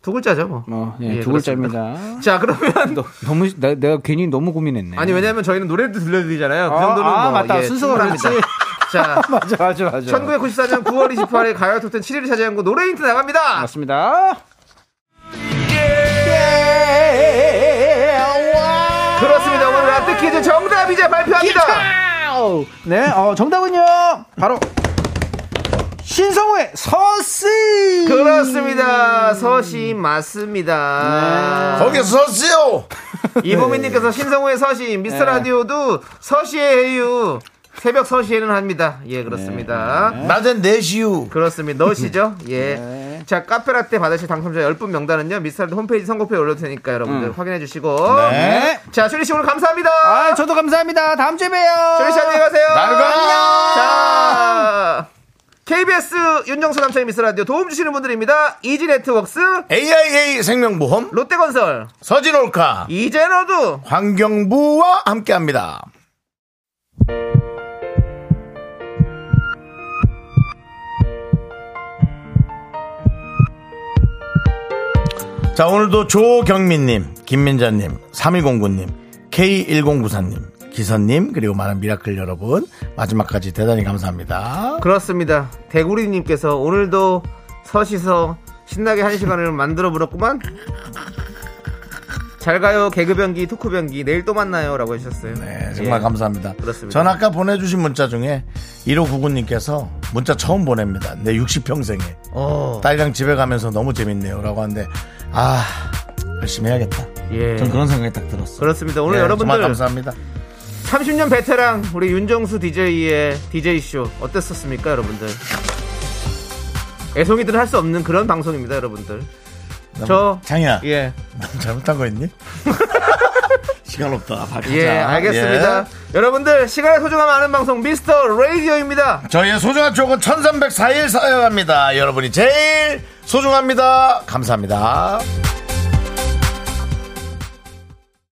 B: 두 글자죠, 뭐.
E: 어, 예,
B: 예,
E: 두
B: 그렇습니다.
E: 글자입니다.
B: 자, 그러면 *laughs*
E: 너무 나- 내가 괜히 너무 고민했네.
B: 아니 왜냐면 저희는 노래도 들려드리잖아요. 그
E: 아,
B: 정도는
E: 아,
B: 뭐,
E: 맞다.
B: 예,
E: 순서가
B: 충분합니다.
E: 그렇지.
B: 자,
E: *laughs* 맞아 맞아 맞아.
B: 1994년 9월 28일 가요 톱텐 7위를 차지한 곡 노래 힌트 나갑니다.
E: 맞습니다.
B: 그렇습니다. 오늘 라떼 퀴즈 정답 이제 발표합니다.
E: 아우. 네, 어, 정답은요. 바로 신성우의 서씨.
B: 그렇습니다. 서시 맞습니다.
A: 거기서 서세요!
B: 이보미님께서 신성우의 서시 미스 라디오도 서시에 해요. 새벽 서시에는 합니다. 예 그렇습니다.
A: 낮엔 네 내시유.
B: 그렇습니다. 넣으시죠? 예. 자, 카페라떼 받으실 당첨자 10분 명단은요, 미스터드 홈페이지 선곡표에 올려둘 테니까 여러분들 확인해 주시고.
A: 네.
B: 자, 슈리씨 오늘 감사합니다.
E: 아, 저도 감사합니다. 다음 주에 봬요.
B: 슈리씨 안녕히 가세요.
A: 나를
B: 자, KBS 윤정수 남창희 미스라디오 도움 주시는 분들입니다. 이지네트웍스,
A: AIA 생명보험,
B: 롯데건설,
A: 서진올카,
B: 이젠어두,
A: 환경부와 함께 합니다. 자, 오늘도 조경민님, 김민자님, 3209님, K1094님, 기선님, 그리고 많은 미라클 여러분, 마지막까지 대단히 감사합니다.
B: 그렇습니다. 대구리님께서 오늘도 서시서 신나게 한 시간을 만들어 보렸구만. 잘 가요 개그변기 토크변기 내일 또 만나요라고 해주셨어요.
A: 네, 정말
B: 예.
A: 감사합니다.
B: 그렇습니다.
A: 전 아까 보내주신 문자 중에 1599님께서 문자 처음 보냅니다. 내 60평생에.
B: 어,
A: 딸이랑 집에 가면서 너무 재밌네요. 라고 하는데, 아, 열심히 해야겠다.
B: 예.
A: 전 그런 생각이 딱 들었어요.
B: 그렇습니다. 오늘
A: 예,
B: 여러분들
A: 정말 감사합니다.
B: 30년 베테랑 우리 윤정수 DJ의 DJ 쇼 어땠었습니까, 여러분들? 애송이들은 할 수 없는 그런 방송입니다, 여러분들. 저
A: *laughs* 장이야,
B: 예.
A: 너 잘못한 거 있니? 시간 없다. 바쁘다.
B: 예, 알겠습니다. 여러분들, 시간의 소중함 아는 방송, 미스터 라디오입니다.
A: 예. 저희의 소중한 조건 1304일 사용합니다. 여러분이 제일 소중합니다. 감사합니다.